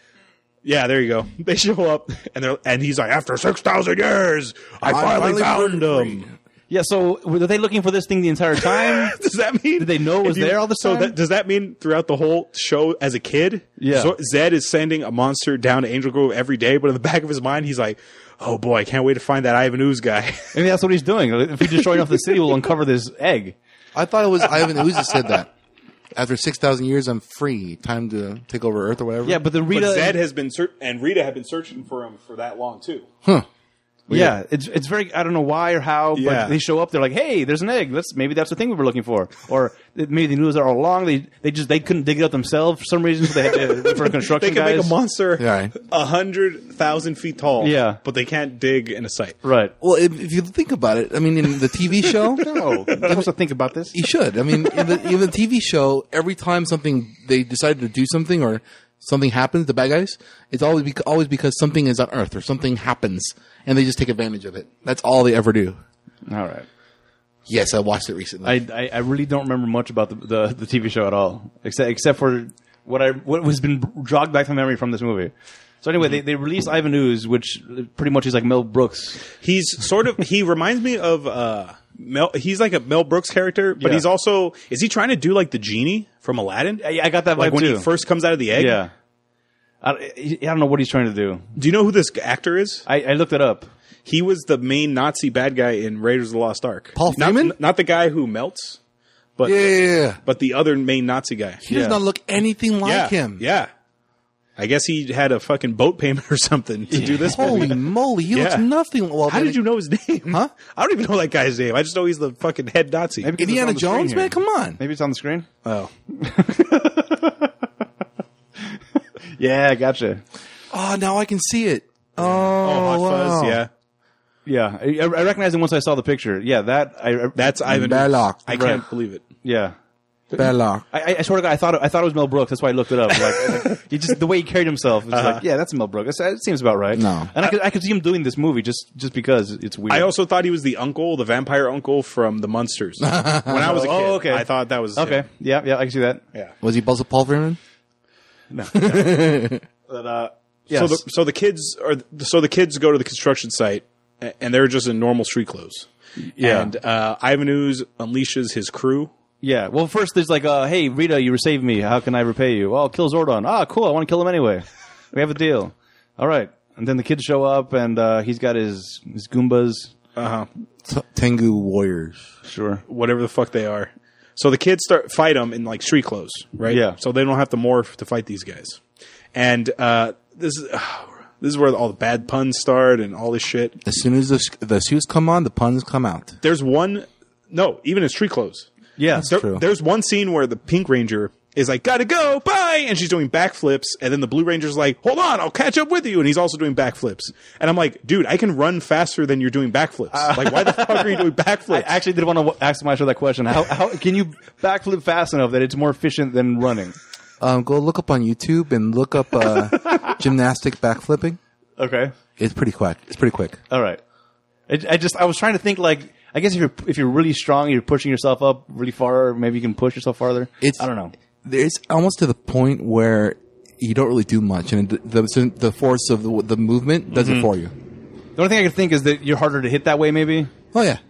Speaker 1: Yeah, there you go. They show up and they're and he's like, after six thousand years, I, finally,
Speaker 2: finally
Speaker 1: found
Speaker 2: found
Speaker 1: him.
Speaker 3: Yeah. So were they looking for this thing the entire time?
Speaker 1: Does that mean
Speaker 3: Did they know it
Speaker 1: if
Speaker 3: was there all the
Speaker 1: So
Speaker 3: time?
Speaker 1: that, does that mean throughout the whole show as a kid,
Speaker 3: Yeah.
Speaker 1: Zo- Zed is sending a monster down to Angel Grove every day, but in the back of his mind, he's like, oh boy, I can't wait to find that Ivan Ooze guy.
Speaker 3: Maybe that's what he's doing. If we destroy enough of the city, we'll uncover this egg.
Speaker 2: I thought it was Ivan Ooze that said that. After 6,000 years, I'm free. Time to take over Earth or whatever.
Speaker 3: Yeah, but the
Speaker 1: but
Speaker 3: Rita.
Speaker 1: Zed has been ser- and Rita have been searching for him for that long too.
Speaker 3: yeah, it's it's very. I don't know why or how,
Speaker 1: Yeah.
Speaker 3: but they show up. They're like, "Hey, there's an egg. Let's maybe that's the thing we were looking for." Or maybe they knew it was there all along. They they just they couldn't dig it up themselves for some reason. So they had to wait for
Speaker 1: They
Speaker 3: construction
Speaker 1: can
Speaker 3: guys.
Speaker 1: make a monster
Speaker 2: Yeah, right.
Speaker 1: a hundred thousand feet tall.
Speaker 3: Yeah.
Speaker 1: but they can't dig in a site.
Speaker 3: Right.
Speaker 2: Well, if, if you think about it, I mean, in the TV show,
Speaker 3: No, you're supposed to think about this.
Speaker 2: you should. I mean, in the, in the TV show, every time something they decided to do something or something happens, the bad guys, it's always bec always because something is on Earth or something happens, and they just take advantage of it. That's all they ever do.
Speaker 3: All right.
Speaker 2: Yes, I watched it recently.
Speaker 3: I, I, I really don't remember much about the, the, the TV show at all, except except for what I what has been jogged back from memory from this movie. So anyway, they, they released Ivan Ooze, which uh, pretty much is like Mel Brooks.
Speaker 1: He's sort of he reminds me of uh Mel. He's like a Mel Brooks character, but
Speaker 3: Yeah.
Speaker 1: he's also is he trying to do like the genie from Aladdin?
Speaker 3: I, I got that
Speaker 1: Like
Speaker 3: vibe
Speaker 1: when
Speaker 3: too.
Speaker 1: he first comes out of the egg.
Speaker 3: yeah. I, I don't know what he's trying to do.
Speaker 1: Do you know who this actor is?
Speaker 3: I, I looked it up.
Speaker 1: He was the main Nazi bad guy in Raiders of the Lost Ark.
Speaker 2: Paul
Speaker 1: not,
Speaker 2: Freeman?
Speaker 1: n- not the guy who melts, but
Speaker 2: yeah, yeah, yeah, yeah.
Speaker 1: but the other main Nazi guy.
Speaker 2: He does not look anything like
Speaker 1: yeah,
Speaker 2: him.
Speaker 1: Yeah. I guess he had a fucking boat payment or something to do this.
Speaker 2: Holy
Speaker 1: movie.
Speaker 2: moly, he looks
Speaker 1: Yeah.
Speaker 2: nothing. Well,
Speaker 1: How did you know his name?
Speaker 2: Huh?
Speaker 1: I don't even know that guy's name. I just know he's the fucking head Nazi.
Speaker 3: Maybe 'cause it's
Speaker 2: Indiana
Speaker 3: on the screen
Speaker 2: Jones,
Speaker 3: here.
Speaker 2: man? Come on.
Speaker 3: Maybe it's on the screen.
Speaker 1: Oh.
Speaker 3: Yeah, gotcha.
Speaker 2: Oh, now I can see it. Oh,
Speaker 1: Oh, Hot Fuzz,
Speaker 2: wow.
Speaker 1: yeah.
Speaker 3: Yeah, I, I recognized him once I saw the picture. Yeah, that I
Speaker 1: That's Ivan.
Speaker 2: Belloc.
Speaker 1: I can't
Speaker 3: Right.
Speaker 1: believe it.
Speaker 3: yeah.
Speaker 2: Belloc.
Speaker 3: I, I- I swear to God, I thought it, I thought it was Mel Brooks. That's why I looked it up. Like, like, he just the way he carried himself. It's like, yeah, that's Mel Brooks. That seems about right.
Speaker 2: No.
Speaker 3: and I could, I could see him doing this movie just just because it's weird.
Speaker 1: I also thought he was the uncle, the vampire uncle from The Munsters. when I was a kid,
Speaker 3: Oh, okay.
Speaker 1: I thought that was
Speaker 3: okay,
Speaker 1: him.
Speaker 3: yeah, yeah, I can see that.
Speaker 1: Yeah.
Speaker 2: Was he Buzz Paul Freeman?
Speaker 3: But, uh, yes.
Speaker 1: So the so the kids are so the kids go to the construction site a- and they're just in normal street clothes.
Speaker 3: Yeah.
Speaker 1: And uh, Ivan Ooze unleashes his crew
Speaker 3: Yeah. Well, first there's like, uh, hey, Rita, you saved me. How can I repay you? Oh, kill Zordon. Ah, cool. I want to kill him anyway. We have a deal. All right. And then the kids show up, and uh, he's got his his Goombas.
Speaker 1: Uh huh.
Speaker 2: T- Tengu warriors.
Speaker 3: Sure.
Speaker 1: Whatever the fuck they are. So the kids start fight them in like street clothes, right?
Speaker 3: Yeah.
Speaker 1: So they don't have to morph to fight these guys. And uh, this is this is where all the bad puns start and all this shit.
Speaker 2: As soon as the, s- the suits come on, the puns come out.
Speaker 1: There's one, no, even in street clothes.
Speaker 3: Yeah.
Speaker 1: There-
Speaker 2: true.
Speaker 1: There's one scene where the Pink Ranger is like, "Gotta go, bye," and she's doing backflips, and then the Blue Ranger's like, "Hold on, I'll catch up with you," and he's also doing backflips. And I'm like, "Dude, I can run faster than you're doing backflips. like, why the fuck are you doing
Speaker 3: I
Speaker 1: backflips?"
Speaker 3: actually did want to w- ask myself that question. How, how can you backflip fast enough that it's more efficient than running?
Speaker 2: Um, go look up on YouTube and look up uh, gymnastic backflipping.
Speaker 3: Okay.
Speaker 2: It's pretty quick. It's pretty quick.
Speaker 3: All right. I, I just I was trying to think like I guess if you're if you're really strong, you're pushing yourself up really far. Maybe you can push yourself farther.
Speaker 2: It's
Speaker 3: I don't know.
Speaker 2: It's almost to the point where you don't really do much, and the the, so the force of the, the movement does it for you.
Speaker 3: The only thing I can think is that you're harder to hit that way, maybe.
Speaker 2: Oh yeah,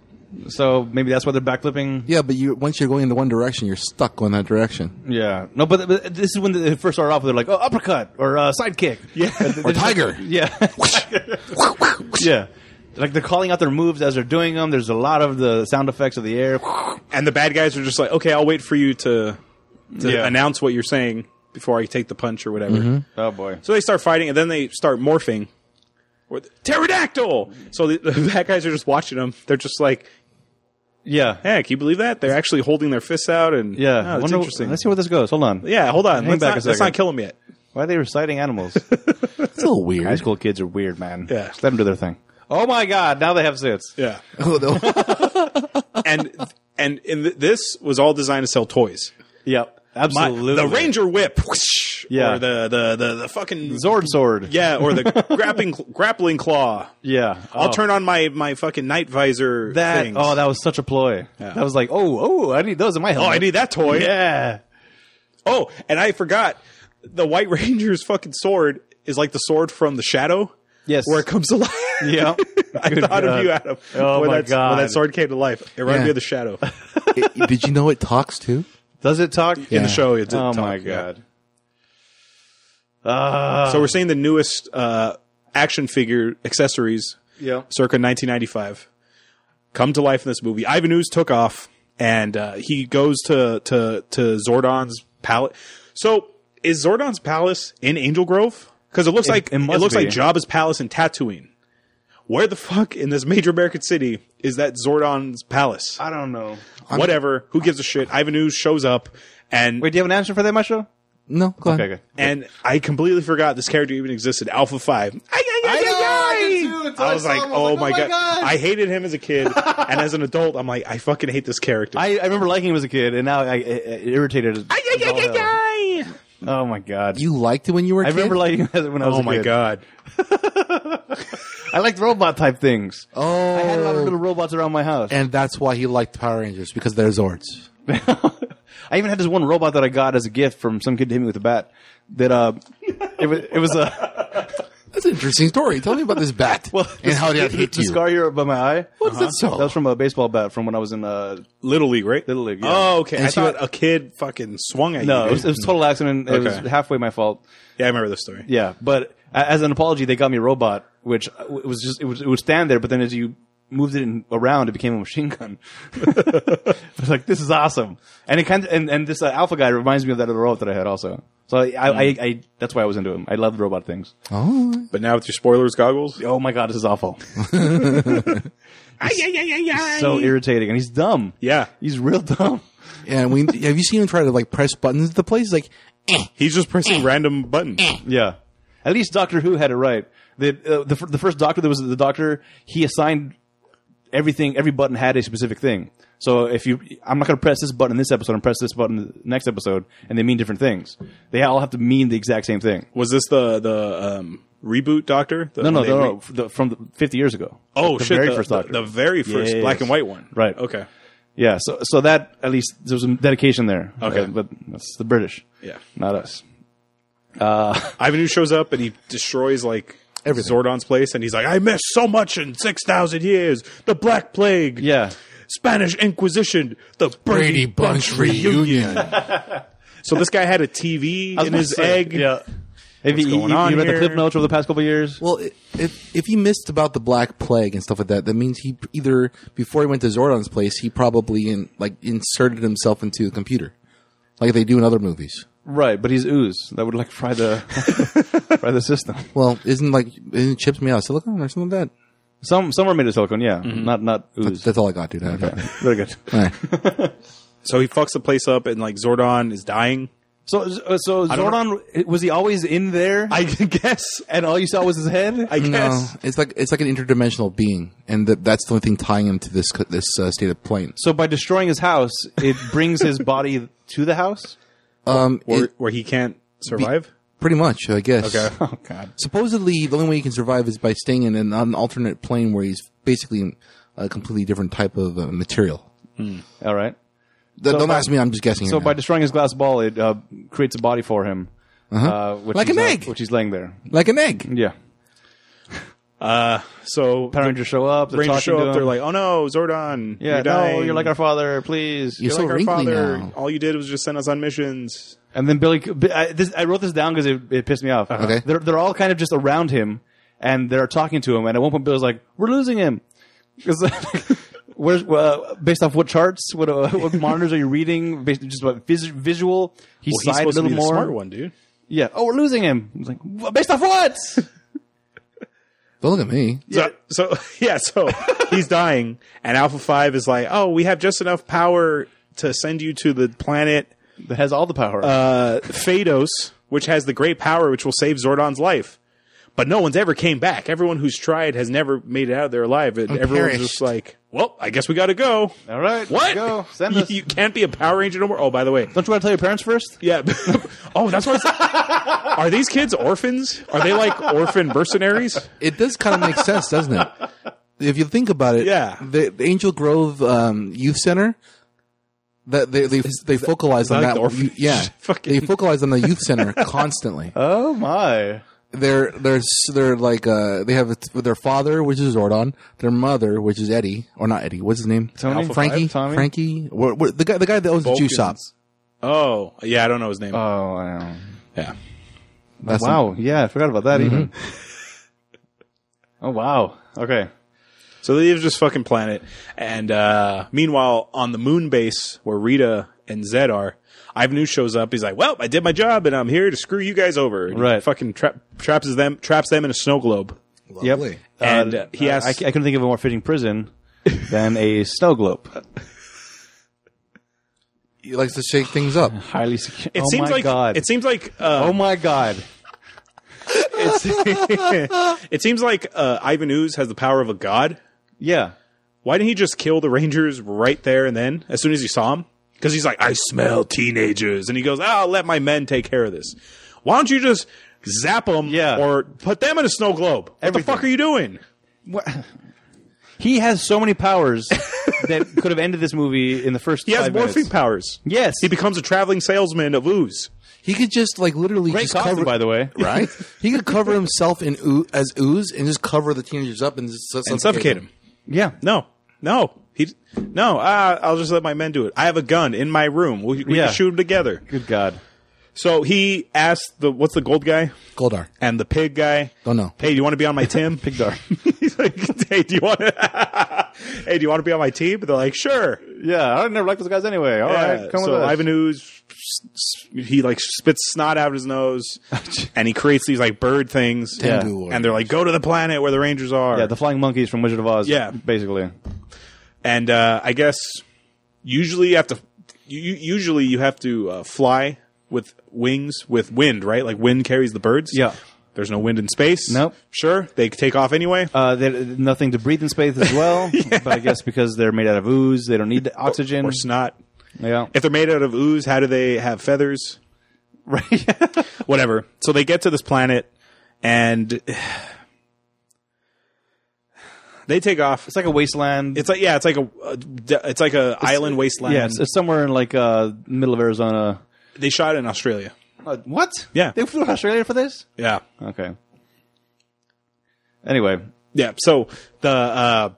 Speaker 3: So maybe that's why they're backflipping.
Speaker 2: yeah. But you once you're going into one direction, you're stuck going that direction.
Speaker 3: Yeah. No, but, but this is when they first start off. They're like, oh, uppercut or uh, sidekick. Yeah.
Speaker 2: Or tiger.
Speaker 3: yeah. yeah. Like they're calling out their moves as they're doing them. There's a lot of the sound effects of the air.
Speaker 1: and the bad guys are just like, "Okay, I'll wait for you to to
Speaker 3: Yeah.
Speaker 1: announce what you're saying before I take the punch or whatever."
Speaker 3: Oh boy.
Speaker 1: So they start fighting, and then they start morphing. Or the- Pterodactyl. So the, the bad guys are just watching them. They're just like,
Speaker 3: Yeah.
Speaker 1: "Hey, can you believe that?" They're actually holding their fists out, and
Speaker 3: Yeah.
Speaker 1: oh, that's
Speaker 3: Wonder-
Speaker 1: interesting.
Speaker 3: Let's see where this goes. Hold on.
Speaker 1: yeah, hold on.
Speaker 3: Hang
Speaker 1: Let's
Speaker 3: back
Speaker 1: not,
Speaker 3: a
Speaker 1: let's
Speaker 3: second.
Speaker 1: not kill them yet.
Speaker 3: Why are they reciting animals?
Speaker 2: It's a little
Speaker 3: High
Speaker 2: weird.
Speaker 3: school kids are weird, man.
Speaker 1: Yeah.
Speaker 3: Just let them do their thing. Oh my God! Now they have suits.
Speaker 1: Yeah.
Speaker 2: Oh, no.
Speaker 1: and and in th- this was all designed to sell toys.
Speaker 3: Yep.
Speaker 1: My-
Speaker 3: Absolutely.
Speaker 1: the Ranger Whip, whoosh,
Speaker 3: Yeah.
Speaker 1: or the the the, the fucking
Speaker 3: Zord sword.
Speaker 1: yeah, or the grappling grappling claw.
Speaker 3: Yeah.
Speaker 1: I'll
Speaker 3: Oh.
Speaker 1: turn on my my fucking night visor.
Speaker 3: that.
Speaker 1: things.
Speaker 3: Oh, that was such a ploy. That was like, oh, oh, I need those in my
Speaker 1: oh,
Speaker 3: helmet.
Speaker 1: I need that toy.
Speaker 3: Yeah.
Speaker 1: Oh, and I forgot the White Ranger's fucking sword is like the sword from the Shadow.
Speaker 3: Yes.
Speaker 1: where it comes alive.
Speaker 3: Yeah.
Speaker 1: I
Speaker 3: Good
Speaker 1: thought
Speaker 3: God.
Speaker 1: of you, Adam.
Speaker 3: Oh,
Speaker 1: when
Speaker 3: my
Speaker 1: that, When
Speaker 3: God.
Speaker 1: that sword came to life, it reminded
Speaker 2: Yeah.
Speaker 1: me of the Shadow.
Speaker 2: It- did you know it talks too?
Speaker 3: Does it talk?
Speaker 1: In the show, it did
Speaker 3: Oh
Speaker 1: talk,
Speaker 3: my
Speaker 1: yeah.
Speaker 3: God. Ah.
Speaker 1: So we're seeing the newest uh, action figure accessories,
Speaker 3: yeah.
Speaker 1: circa 1995, come to life in this movie. Ivan Ooze took off, and uh, he goes to to to Zordon's palace. So is Zordon's palace in Angel Grove? Because it looks like
Speaker 3: it
Speaker 1: it,
Speaker 3: must
Speaker 1: looks
Speaker 3: be.
Speaker 1: like Jabba's palace in Tatooine. Where the fuck in this major American city is that Zordon's palace?
Speaker 3: I don't know.
Speaker 1: Whatever. Who gives a shit? Ivan Ooze shows up, and
Speaker 3: Wait, do you have an answer for that, Maestro?
Speaker 2: No, go ahead.
Speaker 3: Okay, good.
Speaker 1: and I completely forgot this character even existed. Alpha Five. Ay, ay, ay,
Speaker 3: I know,
Speaker 1: ay,
Speaker 3: I did too,
Speaker 1: ay.
Speaker 3: until I
Speaker 1: was
Speaker 3: saw
Speaker 1: like,
Speaker 3: him, I was
Speaker 1: oh
Speaker 3: like,
Speaker 1: my god. I hated him as a kid, and as an adult, I'm like, I fucking hate this character.
Speaker 3: I, I remember liking him as a kid, and now I, I, I irritated. as-
Speaker 1: Ay, ay,
Speaker 3: as all
Speaker 1: ay, ay,
Speaker 3: hell.
Speaker 1: ay.
Speaker 3: Oh my god!
Speaker 2: You liked it when you were. a
Speaker 3: I
Speaker 2: kid?
Speaker 3: remember liking him as- when I was.
Speaker 1: Oh
Speaker 3: a
Speaker 1: my
Speaker 3: kid.
Speaker 1: god.
Speaker 3: I liked robot type things.
Speaker 2: Oh,
Speaker 3: I had a lot of little robots around my house.
Speaker 2: and that's why he liked Power Rangers because they're Zords.
Speaker 3: I even had this one robot that I got as a gift from some kid who hit me with a bat. That uh, it was it was a
Speaker 2: That's an interesting story. Tell me about this bat and how that
Speaker 3: the,
Speaker 2: hit
Speaker 3: the
Speaker 2: you.
Speaker 3: scar Uh-huh. here by my eye.
Speaker 2: What's that so?
Speaker 3: That was from a baseball bat from when I was in uh
Speaker 1: Little League, right?
Speaker 3: Little League, yeah.
Speaker 1: Oh, okay.
Speaker 2: And
Speaker 1: I
Speaker 2: she
Speaker 1: thought
Speaker 2: went-
Speaker 1: a kid fucking swung at
Speaker 3: no,
Speaker 1: you.
Speaker 3: it was, it was a total accident. It
Speaker 1: Okay.
Speaker 3: was halfway my fault.
Speaker 1: yeah, I remember this story.
Speaker 3: Yeah, but a- as an apology, they got me a robot, which uh, it was just it, was, it would stand there, but then as you moved it in, around, it became a machine gun. I was like, this is awesome, and it kind of and, and this uh, alpha guy reminds me of that other robot that I had also. So I, I, I, I that's why I was into him. I loved robot things.
Speaker 2: oh,
Speaker 1: But now with your spoilers goggles.
Speaker 3: Oh my god, this is awful.
Speaker 1: Ay, ay, ay, ay, ay.
Speaker 3: so irritating, and he's dumb.
Speaker 1: yeah.
Speaker 3: he's real dumb.
Speaker 2: and we have you seen him try to like press buttons at the place? Like, eh.
Speaker 1: He's just pressing random buttons.
Speaker 3: Yeah. At least Doctor Who had it right. The, uh, the fir- the first Doctor that was the Doctor, he assigned everything. Every button had a specific thing. So if you, I'm not going to press this button in this episode, and press this button in the next episode, and they mean different things. They all have to mean the exact same thing.
Speaker 1: Was this the the um, reboot Doctor? The-
Speaker 3: No, no,
Speaker 1: when they
Speaker 3: no,
Speaker 1: re-
Speaker 3: no. The, from the, 50 years ago.
Speaker 1: Oh
Speaker 3: the
Speaker 1: shit!
Speaker 3: Very
Speaker 1: the,
Speaker 3: first
Speaker 1: the-
Speaker 3: Doctor.
Speaker 1: The, very first
Speaker 3: Yes.
Speaker 1: black and white one.
Speaker 3: Right.
Speaker 1: Okay.
Speaker 3: yeah. So so that at least there was some dedication there.
Speaker 1: Okay.
Speaker 3: Uh, but that's the British,
Speaker 1: Yeah.
Speaker 3: not us.
Speaker 1: Ivan Ooze shows up and he destroys like
Speaker 2: Everything.
Speaker 1: Zordon's place, and he's like, "I missed so much in six thousand years. The Black Plague,
Speaker 3: Yeah.
Speaker 1: Spanish Inquisition, the Brady, Bunch, reunion. So this guy had a TV in his egg.
Speaker 3: Yeah. Have you,
Speaker 1: going
Speaker 3: you-
Speaker 1: on
Speaker 3: you read
Speaker 1: here?
Speaker 3: the clip notes over the past couple of years?
Speaker 2: Well, i- if if he missed about the Black Plague and stuff like that, that means he either before he went to Zordon's place, he probably in, like inserted himself into the computer, like they do in other movies.
Speaker 3: Right, but he's ooze. That would like fry the fry the system.
Speaker 2: Well, isn't like isn't chips made out of silicone or something like that?
Speaker 3: Some some are made of silicone. Yeah,
Speaker 1: Mm-hmm.
Speaker 3: not not ooze.
Speaker 2: That's all I got, dude. Okay.
Speaker 3: Very good.
Speaker 2: All right.
Speaker 1: So he fucks the place up, and like Zordon is dying.
Speaker 3: So uh, so Zordon was he always in there?
Speaker 1: I guess.
Speaker 3: and all you saw was his head. Mm.
Speaker 1: I
Speaker 2: No,
Speaker 1: guess.
Speaker 2: it's like it's like an interdimensional being, and th- that's the only thing tying him to this co- this uh, state of planes.
Speaker 3: so by destroying his house, it brings his body to the house.
Speaker 2: Um,
Speaker 1: Where,
Speaker 2: it-
Speaker 1: where he can't survive.
Speaker 2: pretty much, I guess.
Speaker 1: Okay.
Speaker 3: Oh God!
Speaker 2: Supposedly, the only way he can survive is by staying in an, an alternate plane where he's basically a completely different type of uh, material.
Speaker 3: All right.
Speaker 2: Th-
Speaker 3: So
Speaker 2: don't
Speaker 3: by-
Speaker 2: ask me. I'm just guessing.
Speaker 3: So
Speaker 2: here
Speaker 3: by
Speaker 2: now.
Speaker 3: destroying his glass ball, it uh, creates a body for him,
Speaker 1: Uh-huh.
Speaker 3: uh, which
Speaker 2: Like
Speaker 3: he's,
Speaker 2: an
Speaker 3: uh,
Speaker 2: egg.
Speaker 3: which he's laying there.
Speaker 2: like an egg.
Speaker 3: Yeah.
Speaker 1: So
Speaker 3: Power Rangers show up. They're
Speaker 1: Rangers
Speaker 3: talking
Speaker 1: show
Speaker 3: to
Speaker 1: up.
Speaker 3: him.
Speaker 1: They're like, "Oh no, Zordon!
Speaker 3: "Yeah,
Speaker 1: you're
Speaker 3: no,
Speaker 1: dying.
Speaker 3: you're like our father, please."
Speaker 2: You're
Speaker 1: You're
Speaker 2: so
Speaker 1: like our
Speaker 2: wrinkly
Speaker 1: father.
Speaker 2: now.
Speaker 1: All you did was just send us on missions."
Speaker 3: And then Billy, I, this, I wrote this down because it, it pissed me off.
Speaker 2: Okay.
Speaker 3: They're, they're all kind of just around him and they're talking to him. And at one point, Billy's like, we're losing him. 'Cause, where's, well, based off what charts, what, uh, what monitors are you reading? Based just what vis- visual. He
Speaker 1: Well, he's
Speaker 3: sighed a
Speaker 1: supposed to
Speaker 3: little
Speaker 1: be the
Speaker 3: more.
Speaker 1: smart one, dude.
Speaker 3: Yeah. Oh, we're losing him. I was like, "Wha- based off what?
Speaker 2: Don't look at me.
Speaker 1: So, so yeah, so he's dying, and Alpha Five is like, "Oh, we have just enough power to send you to the planet
Speaker 3: that has all the power.
Speaker 1: uh, Phaedos, which has the great power which will save Zordon's life." But no one's ever came back. Everyone who's tried has never made it out of there alive. And everyone's
Speaker 2: perished.
Speaker 1: just like, "Well, I guess we got to go."
Speaker 3: all right.
Speaker 1: What?
Speaker 3: Go. Send
Speaker 1: You-
Speaker 3: us.
Speaker 1: you can't be a Power Ranger no more. Oh, by the way,
Speaker 3: Don't you want to tell your parents first?
Speaker 1: Yeah. oh, that's what. I said. Are these kids orphans? Are they like orphan mercenaries?
Speaker 2: It does kind of make sense, doesn't it? If you think about it,
Speaker 1: Yeah.
Speaker 2: The, the Angel Grove um, Youth Center. That they they they focalize on
Speaker 1: like
Speaker 2: that,
Speaker 1: the orphanage?
Speaker 2: yeah.
Speaker 1: Fucking-
Speaker 2: They focalize on the youth center constantly.
Speaker 3: Oh, my.
Speaker 2: they're they're they're like uh they have a- their father which is Zordon, their mother which is Eddie or not Eddie, what's his name?
Speaker 3: Tony? Alpha
Speaker 2: Frankie,
Speaker 3: Five, Tommy?
Speaker 2: Frankie, what, what, the guy the guy that owns the juice shop.
Speaker 1: Oh, yeah. I don't know his name.
Speaker 3: Oh, wow.
Speaker 1: yeah.
Speaker 2: That's
Speaker 3: wow. Yeah. I forgot about that even. oh, wow. Okay.
Speaker 1: So they leave this fucking planet, and uh, meanwhile, on the moon base where Rita and Zed are, Ivanus shows up. He's like, "Well, I did my job, and I'm here to screw you guys over." And he
Speaker 3: Right.
Speaker 1: fucking tra- traps them, traps them in a snow globe,
Speaker 2: Lovely.
Speaker 1: and uh, he
Speaker 3: uh,
Speaker 1: asks,
Speaker 3: I, I couldn't think of a more fitting prison than a snow globe.
Speaker 2: He likes to shake things up.
Speaker 3: Highly secure.
Speaker 1: "It
Speaker 3: oh
Speaker 1: seems
Speaker 3: my
Speaker 1: like
Speaker 3: god.
Speaker 1: it seems like uh,
Speaker 3: oh my god.
Speaker 1: it seems like uh, Ivanus has the power of a god."
Speaker 3: Yeah.
Speaker 1: why didn't he just kill the Rangers right there and then as soon as he saw him? Because he's like, I smell teenagers. And he goes, "Ah, I'll let my men take care of this. Why don't you just zap them
Speaker 3: Yeah.
Speaker 1: or put them in a snow globe? What the
Speaker 3: Everything.
Speaker 1: fuck are you doing?
Speaker 3: He has so many powers that could have ended this movie in the first.
Speaker 1: He has
Speaker 3: five
Speaker 1: morphine
Speaker 3: minutes.
Speaker 1: powers.
Speaker 3: Yes.
Speaker 1: He becomes a traveling salesman of ooze.
Speaker 2: He could just like literally
Speaker 3: Great
Speaker 2: just
Speaker 3: costume,
Speaker 2: cover
Speaker 3: by the way.
Speaker 2: right? He could cover himself in oo- as ooze and just cover the teenagers up and just
Speaker 1: And suffocate him.
Speaker 3: Yeah.
Speaker 1: No. No. He, no, uh, I'll just let my men do it. I have a gun in my room. We, we
Speaker 3: Yeah.
Speaker 1: can shoot them together.
Speaker 3: Good god.
Speaker 1: So he asked the, what's the gold guy?
Speaker 2: Goldar.
Speaker 1: and the pig guy.
Speaker 2: Don't know.
Speaker 1: Hey, do you want to be on my team? pig
Speaker 3: dar.
Speaker 1: He's like, hey, do you want to? hey, do you want to be on my team? And they're like, sure.
Speaker 3: Yeah. I never liked those guys anyway. All right.
Speaker 1: Yeah.
Speaker 3: Come
Speaker 1: so
Speaker 3: with us.
Speaker 1: Ivanus, he like spits snot out of his nose, and he creates these like bird things.
Speaker 2: Tengu
Speaker 3: Yeah.
Speaker 2: warriors.
Speaker 1: And they're like, go to the planet where the Rangers are.
Speaker 3: yeah. The flying monkeys from Wizard of Oz.
Speaker 1: Yeah.
Speaker 3: Basically.
Speaker 1: and uh, I guess usually you have to, you, you- usually you have to uh, fly with wings with wind, right? Like wind carries the birds.
Speaker 3: Yeah.
Speaker 1: There's no wind in space.
Speaker 3: Nope.
Speaker 1: Sure, they take off anyway.
Speaker 3: Uh, they nothing to breathe in space as well. But I guess because they're made out of ooze, they don't need the oxygen.
Speaker 1: or snot.
Speaker 3: yeah.
Speaker 1: if they're made out of ooze, how do they have feathers?
Speaker 3: right.
Speaker 1: Whatever. So they get to this planet and they take off.
Speaker 3: it's like a wasteland.
Speaker 1: It's like yeah, it's like a a d- it's like a island wasteland.
Speaker 3: Yeah, it's, it's somewhere in like uh, middle of Arizona.
Speaker 1: they shot it in Australia.
Speaker 3: Uh, what?
Speaker 1: Yeah.
Speaker 3: they flew to Australia for this.
Speaker 1: Yeah,
Speaker 3: Okay. Anyway,
Speaker 1: yeah. So the uh,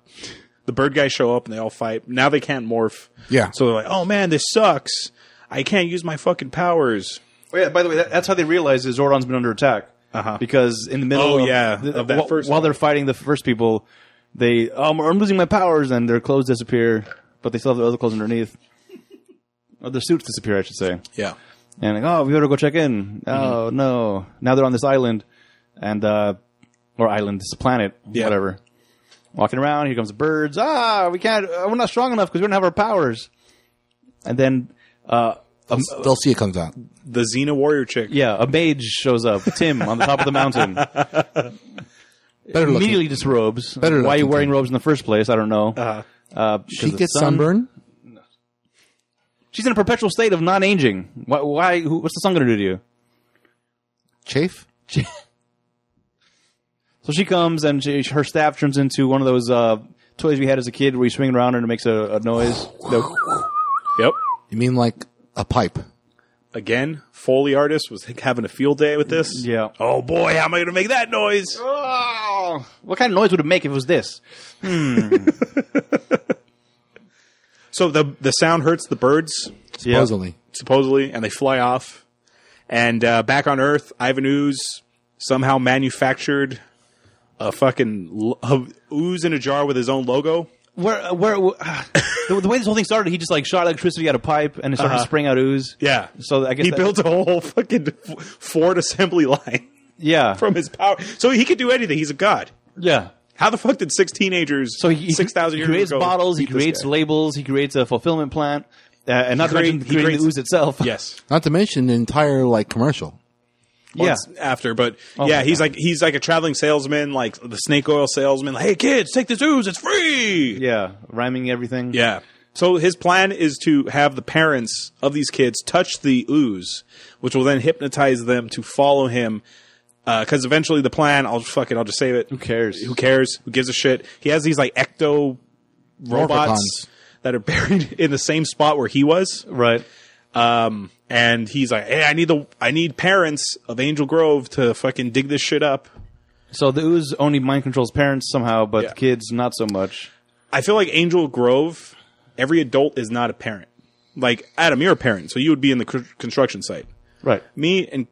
Speaker 1: the bird guys show up and they all fight. Now they can't morph.
Speaker 2: Yeah.
Speaker 1: So they're like, oh man, this sucks. I can't use my fucking powers.
Speaker 3: Oh, yeah, by the way, that, that's how they realize that Zordon's been under attack.
Speaker 1: Uh-huh.
Speaker 3: Because in the middle
Speaker 1: Oh,
Speaker 3: of,
Speaker 1: yeah,
Speaker 3: the-
Speaker 1: of that
Speaker 3: while-
Speaker 1: first
Speaker 3: while
Speaker 1: one.
Speaker 3: they're fighting the first people, they um, I'm losing my powers and their clothes disappear, but they still have their other clothes underneath. or their suits disappear, I should say.
Speaker 1: Yeah. Mm-hmm.
Speaker 3: And like, oh, we better go check in. Oh no, now they're on this island, and uh, or island, it's a planet,
Speaker 1: Yeah.
Speaker 3: whatever. Walking around, here comes the birds. Ah, we can't. Uh, we're not strong enough because we don't have our powers. And then, uh, a,
Speaker 2: They'll see it comes out.
Speaker 1: The Xena warrior chick.
Speaker 3: yeah, a mage shows up, Tim, on the top of the mountain.
Speaker 2: Better looking.
Speaker 3: Immediately disrobes.
Speaker 2: Better
Speaker 3: Why are you
Speaker 2: looking
Speaker 3: wearing robes in the first place? I don't know.
Speaker 1: Uh,
Speaker 3: Uh,
Speaker 2: She gets sunburn.
Speaker 3: She's in a perpetual state of non-aging. Why? why who, what's the sun going to do to you?
Speaker 2: Chafe.
Speaker 3: So she comes and she, her staff turns into one of those uh, toys we had as a kid where you swing it around and it makes a, a noise. The-
Speaker 1: Yep.
Speaker 2: You mean like a pipe?
Speaker 1: Again, Foley artist was having a field day with this.
Speaker 3: Yeah.
Speaker 1: Oh boy, how am I going to make that noise?
Speaker 3: Oh, what kind of noise would it make if it was this?
Speaker 1: So the the sound hurts the birds
Speaker 2: Supposedly.
Speaker 1: supposedly, and they fly off. And uh, back on Earth, Ivan Ooze somehow manufactured a fucking lo- a ooze in a jar with his own logo.
Speaker 3: Where, where, uh, the, the way this whole thing started, he just like shot electricity out of pipe and it started spraying out ooze.
Speaker 1: Uh-huh. Yeah.
Speaker 3: So I guess
Speaker 1: he
Speaker 3: that-
Speaker 1: built a whole fucking F- Ford assembly line
Speaker 3: Yeah.
Speaker 1: from his power. So he could do anything. He's a god.
Speaker 3: yeah.
Speaker 1: How the fuck did six teenagers
Speaker 3: So he, he-
Speaker 1: six thousand
Speaker 3: he
Speaker 1: years
Speaker 3: creates
Speaker 1: ago
Speaker 3: bottles, he
Speaker 1: beat this
Speaker 3: creates
Speaker 1: guy?
Speaker 3: labels, he creates a fulfillment plant, uh, and not to
Speaker 1: create-
Speaker 3: mention
Speaker 1: he
Speaker 3: creating
Speaker 1: creates-
Speaker 3: the ooze itself.
Speaker 1: yes.
Speaker 2: Not to mention the entire like commercial.
Speaker 3: yeah. Oh
Speaker 1: months after. But yeah,
Speaker 3: my
Speaker 1: he's like he's like a traveling salesman, like the snake oil salesman. Like, hey kids, take this ooze, it's free.
Speaker 3: Yeah. Rhyming everything.
Speaker 1: Yeah. So his plan is to have the parents of these kids touch the ooze, which will then hypnotize them to follow him. Because eventually the plan, I'll fuck it, I'll just save it.
Speaker 3: Who cares?
Speaker 1: Who cares? Who gives a shit? He has these like ecto robots
Speaker 2: Morphicons.
Speaker 1: that are buried in the same spot where he was.
Speaker 3: Right.
Speaker 1: Um, and he's like, "Hey, I need the I need parents of Angel Grove to fucking dig this shit up."
Speaker 3: So the ooze only mind controls parents somehow, but
Speaker 1: Yeah.
Speaker 3: kids not so much.
Speaker 1: I feel like Angel Grove, every adult is not a parent. Like Adam, you're a parent, so you would be in the cr- construction site.
Speaker 3: Right.
Speaker 1: Me and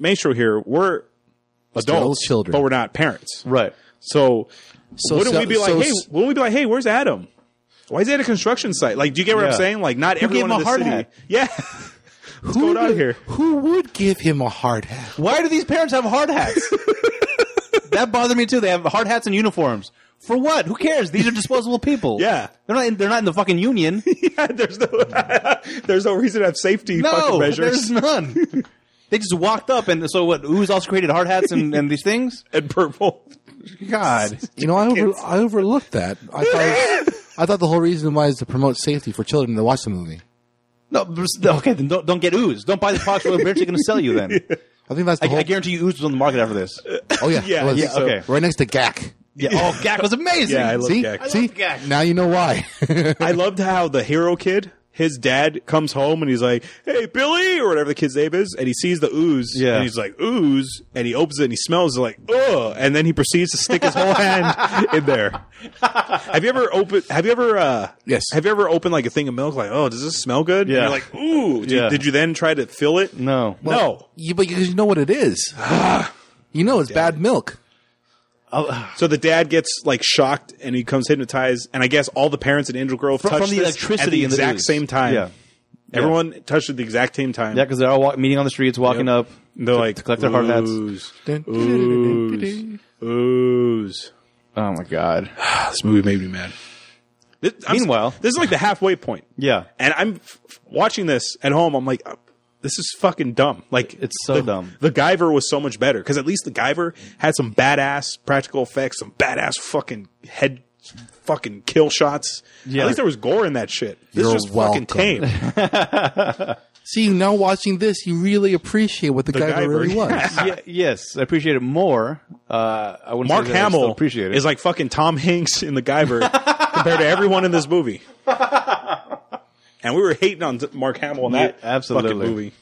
Speaker 1: Maestro here, we're adults,
Speaker 2: children.
Speaker 1: but we're not parents.
Speaker 3: Right.
Speaker 1: So, wouldn't
Speaker 2: so-
Speaker 1: we be
Speaker 2: so-
Speaker 1: like, hey, wouldn't we be like, hey, where's Adam? Why is he at a construction site? Like, do you get what I'm
Speaker 3: Yeah.
Speaker 1: saying? Like, not
Speaker 3: gave
Speaker 1: everyone
Speaker 3: him a
Speaker 1: in the
Speaker 3: hard
Speaker 1: city.
Speaker 3: hat?
Speaker 1: Yeah, what's going on
Speaker 2: would-
Speaker 1: here?
Speaker 2: Who would give him a hard hat?
Speaker 3: Why do these parents have hard hats? that bothered me too. They have hard hats and uniforms. For what? Who cares? These are disposable people.
Speaker 1: Yeah.
Speaker 3: They're not in, they're not in the fucking union.
Speaker 1: Yeah, there's no, there's no reason to have safety fucking
Speaker 3: no,
Speaker 1: measures
Speaker 3: there's none. they just walked up and so what who's also created hard hats and, and these things?
Speaker 1: and purple.
Speaker 2: God, you know I over, I overlooked that. I thought I thought the whole reason why is to promote safety for children to watch the movie.
Speaker 3: No, but- okay, then don't, don't get ooze. Don't buy the products we're eventually going to sell you then.
Speaker 2: I think that's the
Speaker 3: I,
Speaker 2: whole.
Speaker 3: I guarantee you ooze was on the market after this.
Speaker 2: oh yeah,
Speaker 1: Yeah,
Speaker 2: it was.
Speaker 1: yeah,
Speaker 3: okay.
Speaker 2: Right next to Gak.
Speaker 3: Yeah. Oh, Gak was amazing.
Speaker 1: Yeah, I love
Speaker 2: See,
Speaker 1: Gak. I
Speaker 2: see,
Speaker 3: love Gak.
Speaker 2: now you know why.
Speaker 1: I loved how the hero kid, his dad comes home and he's like, "Hey, Billy," or whatever the kid's name is, and he sees the ooze,
Speaker 3: Yeah.
Speaker 1: and he's like, "Ooze," and he opens it and he smells it like, "Ugh," and then he proceeds to stick his whole hand in there. Have you ever opened? Have you ever? uh
Speaker 2: Yes.
Speaker 1: Have you ever opened like a thing of milk? Like, oh, does this smell good?
Speaker 3: Yeah.
Speaker 1: And you're like, ooh. Did,
Speaker 3: Yeah.
Speaker 1: did you then try to fill it?
Speaker 3: no.
Speaker 1: no.
Speaker 2: you, but you, you know what it is. you know it's bad milk.
Speaker 3: uh,
Speaker 1: So the dad gets like shocked and he comes hypnotized, and I guess all the parents in Angel Grove touched
Speaker 3: from the
Speaker 1: this at
Speaker 3: electricity
Speaker 1: the
Speaker 3: in the
Speaker 1: exact
Speaker 3: ooze.
Speaker 1: same time.
Speaker 3: Yeah.
Speaker 1: Everyone touched at the exact same time.
Speaker 3: Yeah, because they're all walk, meeting on the streets, walking
Speaker 1: Yep.
Speaker 3: up.
Speaker 1: And they're
Speaker 3: to-
Speaker 1: like
Speaker 3: to collect their hard hats.
Speaker 1: Ooze,
Speaker 2: Ooze.
Speaker 1: ooze.
Speaker 3: Oh my god.
Speaker 1: This movie made me mad. This, I'm-
Speaker 3: Meanwhile-
Speaker 1: this is like the halfway point.
Speaker 3: Yeah.
Speaker 1: and I'm f- watching this at home. I'm like, uh, this is fucking dumb. Like
Speaker 3: It's so
Speaker 1: the,
Speaker 3: dumb.
Speaker 1: The Guyver was so much better because at least the Guyver had some badass practical effects, some badass fucking head. Fucking kill shots.
Speaker 3: Yeah.
Speaker 1: At least there was gore in that shit. This
Speaker 2: You're
Speaker 1: is just
Speaker 2: welcome.
Speaker 1: fucking tame.
Speaker 2: See, now watching this, you really appreciate what the, guy
Speaker 1: Guyver,
Speaker 2: really was.
Speaker 3: Ye- yes, I appreciate it more. Uh, I wouldn't
Speaker 1: Mark
Speaker 3: say that I still
Speaker 1: Hamill
Speaker 3: appreciate it.
Speaker 1: is like fucking Tom Hanks in The Guyver compared to everyone in this movie. And we were hating on Mark Hamill in that
Speaker 3: Yeah, absolutely.
Speaker 1: fucking movie.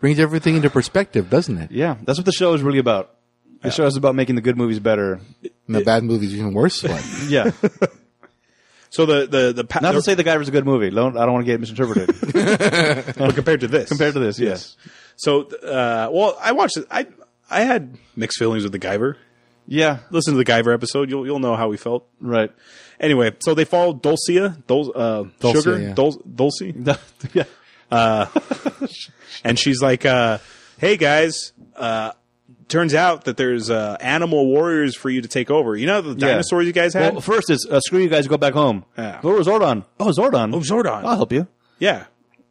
Speaker 2: Brings everything into perspective, doesn't it?
Speaker 3: yeah, that's what the show is really about. The show is about making the good movies better.
Speaker 2: And the bad movies even worse. Like,
Speaker 3: Yeah,
Speaker 1: So the the the pa-
Speaker 3: Not to say The Guy was a good movie. Don't, I don't want to get misinterpreted.
Speaker 1: but compared to this,
Speaker 3: Compared to this, yes.
Speaker 1: So uh, well, I watched it. I I had mixed feelings with the Guyver.
Speaker 3: Yeah,
Speaker 1: Listen to the Guyver episode. You'll you'll know how we felt.
Speaker 3: right.
Speaker 1: Anyway, so they follow Dulcia, Dul- uh,
Speaker 2: Dulcia,
Speaker 1: Sugar,
Speaker 2: yeah.
Speaker 1: Dul- Dulcie,
Speaker 3: yeah.
Speaker 1: and she's like, uh, "Hey guys, uh, turns out that there's uh, animal warriors for you to take over. You know the
Speaker 3: Yeah.
Speaker 1: dinosaurs you guys had?
Speaker 3: Well, first it's uh, screw you guys, go back home.
Speaker 1: Yeah.
Speaker 3: Where was Zordon? Oh, Zordon.
Speaker 1: Oh, Zordon.
Speaker 3: I'll help you.
Speaker 1: yeah,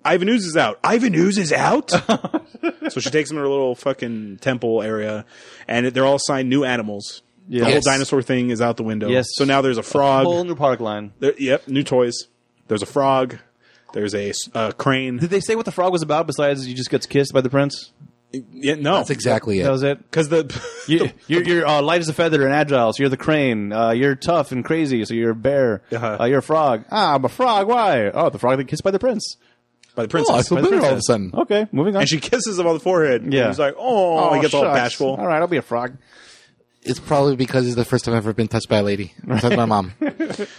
Speaker 1: Ivan Ooze is out. Ivan Ooze is out. so she takes them to her little fucking temple area, and they're all assigned new animals.
Speaker 3: Yeah.
Speaker 1: The whole
Speaker 2: Yes.
Speaker 1: dinosaur thing is out the window.
Speaker 3: Yes.
Speaker 1: So now there's a frog.
Speaker 3: Whole new product line.
Speaker 1: There- yep, new toys. There's a frog. There's a s- uh, crane.
Speaker 3: Did they say what the frog was about besides he just gets kissed by the prince?
Speaker 1: Yeah, no,
Speaker 2: That's exactly it.
Speaker 3: That was it.
Speaker 1: because the
Speaker 3: You, you're you're uh, light as a feather and agile, so you're the crane. Uh, you're tough and crazy, so you're a bear.
Speaker 1: Uh-huh.
Speaker 3: Uh, you're a frog. Ah, I'm a frog. Why? Oh, the frog that kissed by the prince.
Speaker 1: by the
Speaker 2: oh, I
Speaker 1: princess,
Speaker 2: feel
Speaker 3: By the
Speaker 2: better all of a
Speaker 3: princess.
Speaker 2: sudden.
Speaker 3: Okay, moving on.
Speaker 1: and she kisses him on the forehead. and
Speaker 3: Yeah.
Speaker 1: he's like, oh, he gets all
Speaker 3: shucks.
Speaker 1: bashful.
Speaker 3: All right, I'll be a frog.
Speaker 2: It's probably because it's the first time I've ever been touched by a lady. Touched by my mom.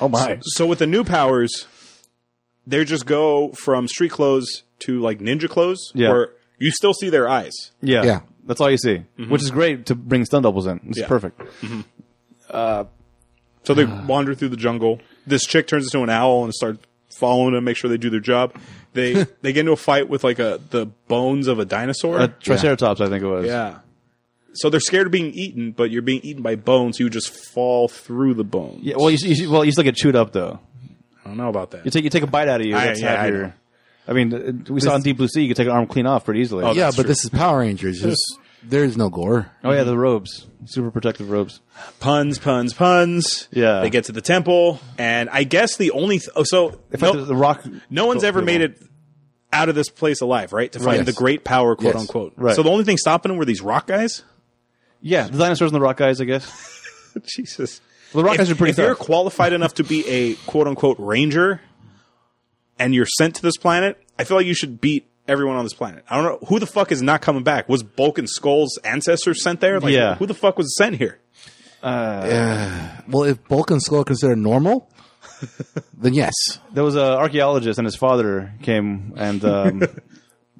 Speaker 3: Oh my!
Speaker 1: So with the new powers, they just go from street clothes to like ninja clothes,
Speaker 3: Yeah.
Speaker 1: where you still see their eyes.
Speaker 3: Yeah, Mm-hmm.
Speaker 2: Yeah.
Speaker 3: That's all you see, which is great to bring stun doubles in. It's
Speaker 1: Yeah.
Speaker 3: perfect.
Speaker 1: So they wander through the jungle. This chick turns into an owl and starts following them, make sure they do their job. They they get into a fight with like a the bones of a dinosaur.
Speaker 3: A triceratops, I think it was.
Speaker 1: yeah. So they're scared of being eaten, but you're being eaten by bones. You just fall through the bones.
Speaker 3: Yeah, well, you, you, well, you still get chewed up though.
Speaker 1: I don't know about that.
Speaker 3: You take you take a bite out of you.
Speaker 1: I-
Speaker 3: that's
Speaker 1: yeah,
Speaker 3: half
Speaker 1: I
Speaker 3: your-
Speaker 1: know.
Speaker 3: I mean, uh, we saw in Deep Blue Sea, you could take an arm clean off pretty easily.
Speaker 1: Oh,
Speaker 2: yeah,
Speaker 1: that's
Speaker 2: but
Speaker 1: true.
Speaker 2: this is Power Rangers. There's, there's no gore.
Speaker 3: Oh yeah, the robes, super protective robes.
Speaker 1: puns, puns, puns.
Speaker 3: Yeah.
Speaker 1: They get to the temple, and I guess the only th- oh, so
Speaker 3: In
Speaker 1: no,
Speaker 3: fact, the rock.
Speaker 1: no one's ever
Speaker 3: people.
Speaker 1: made it out of this place alive, right? To find
Speaker 2: Yes.
Speaker 1: the great power, quote
Speaker 2: Yes.
Speaker 1: unquote.
Speaker 3: Right.
Speaker 1: So the only thing stopping them were these rock guys.
Speaker 3: Yeah, the dinosaurs and the rock guys, I guess.
Speaker 1: Jesus,
Speaker 3: Well, the rock
Speaker 1: if,
Speaker 3: guys are pretty
Speaker 1: if you're
Speaker 3: tough.
Speaker 1: qualified enough to be a quote unquote ranger, and you're sent to this planet, I feel like you should beat everyone on this planet. I don't know who the fuck is not coming back. Was Bulk and Skull's ancestor sent there? Like,
Speaker 3: Yeah.
Speaker 1: Who the fuck was sent here?
Speaker 2: Well, if Bulk and Skull are considered normal, then yes.
Speaker 3: There was an archaeologist and his father came, and um, the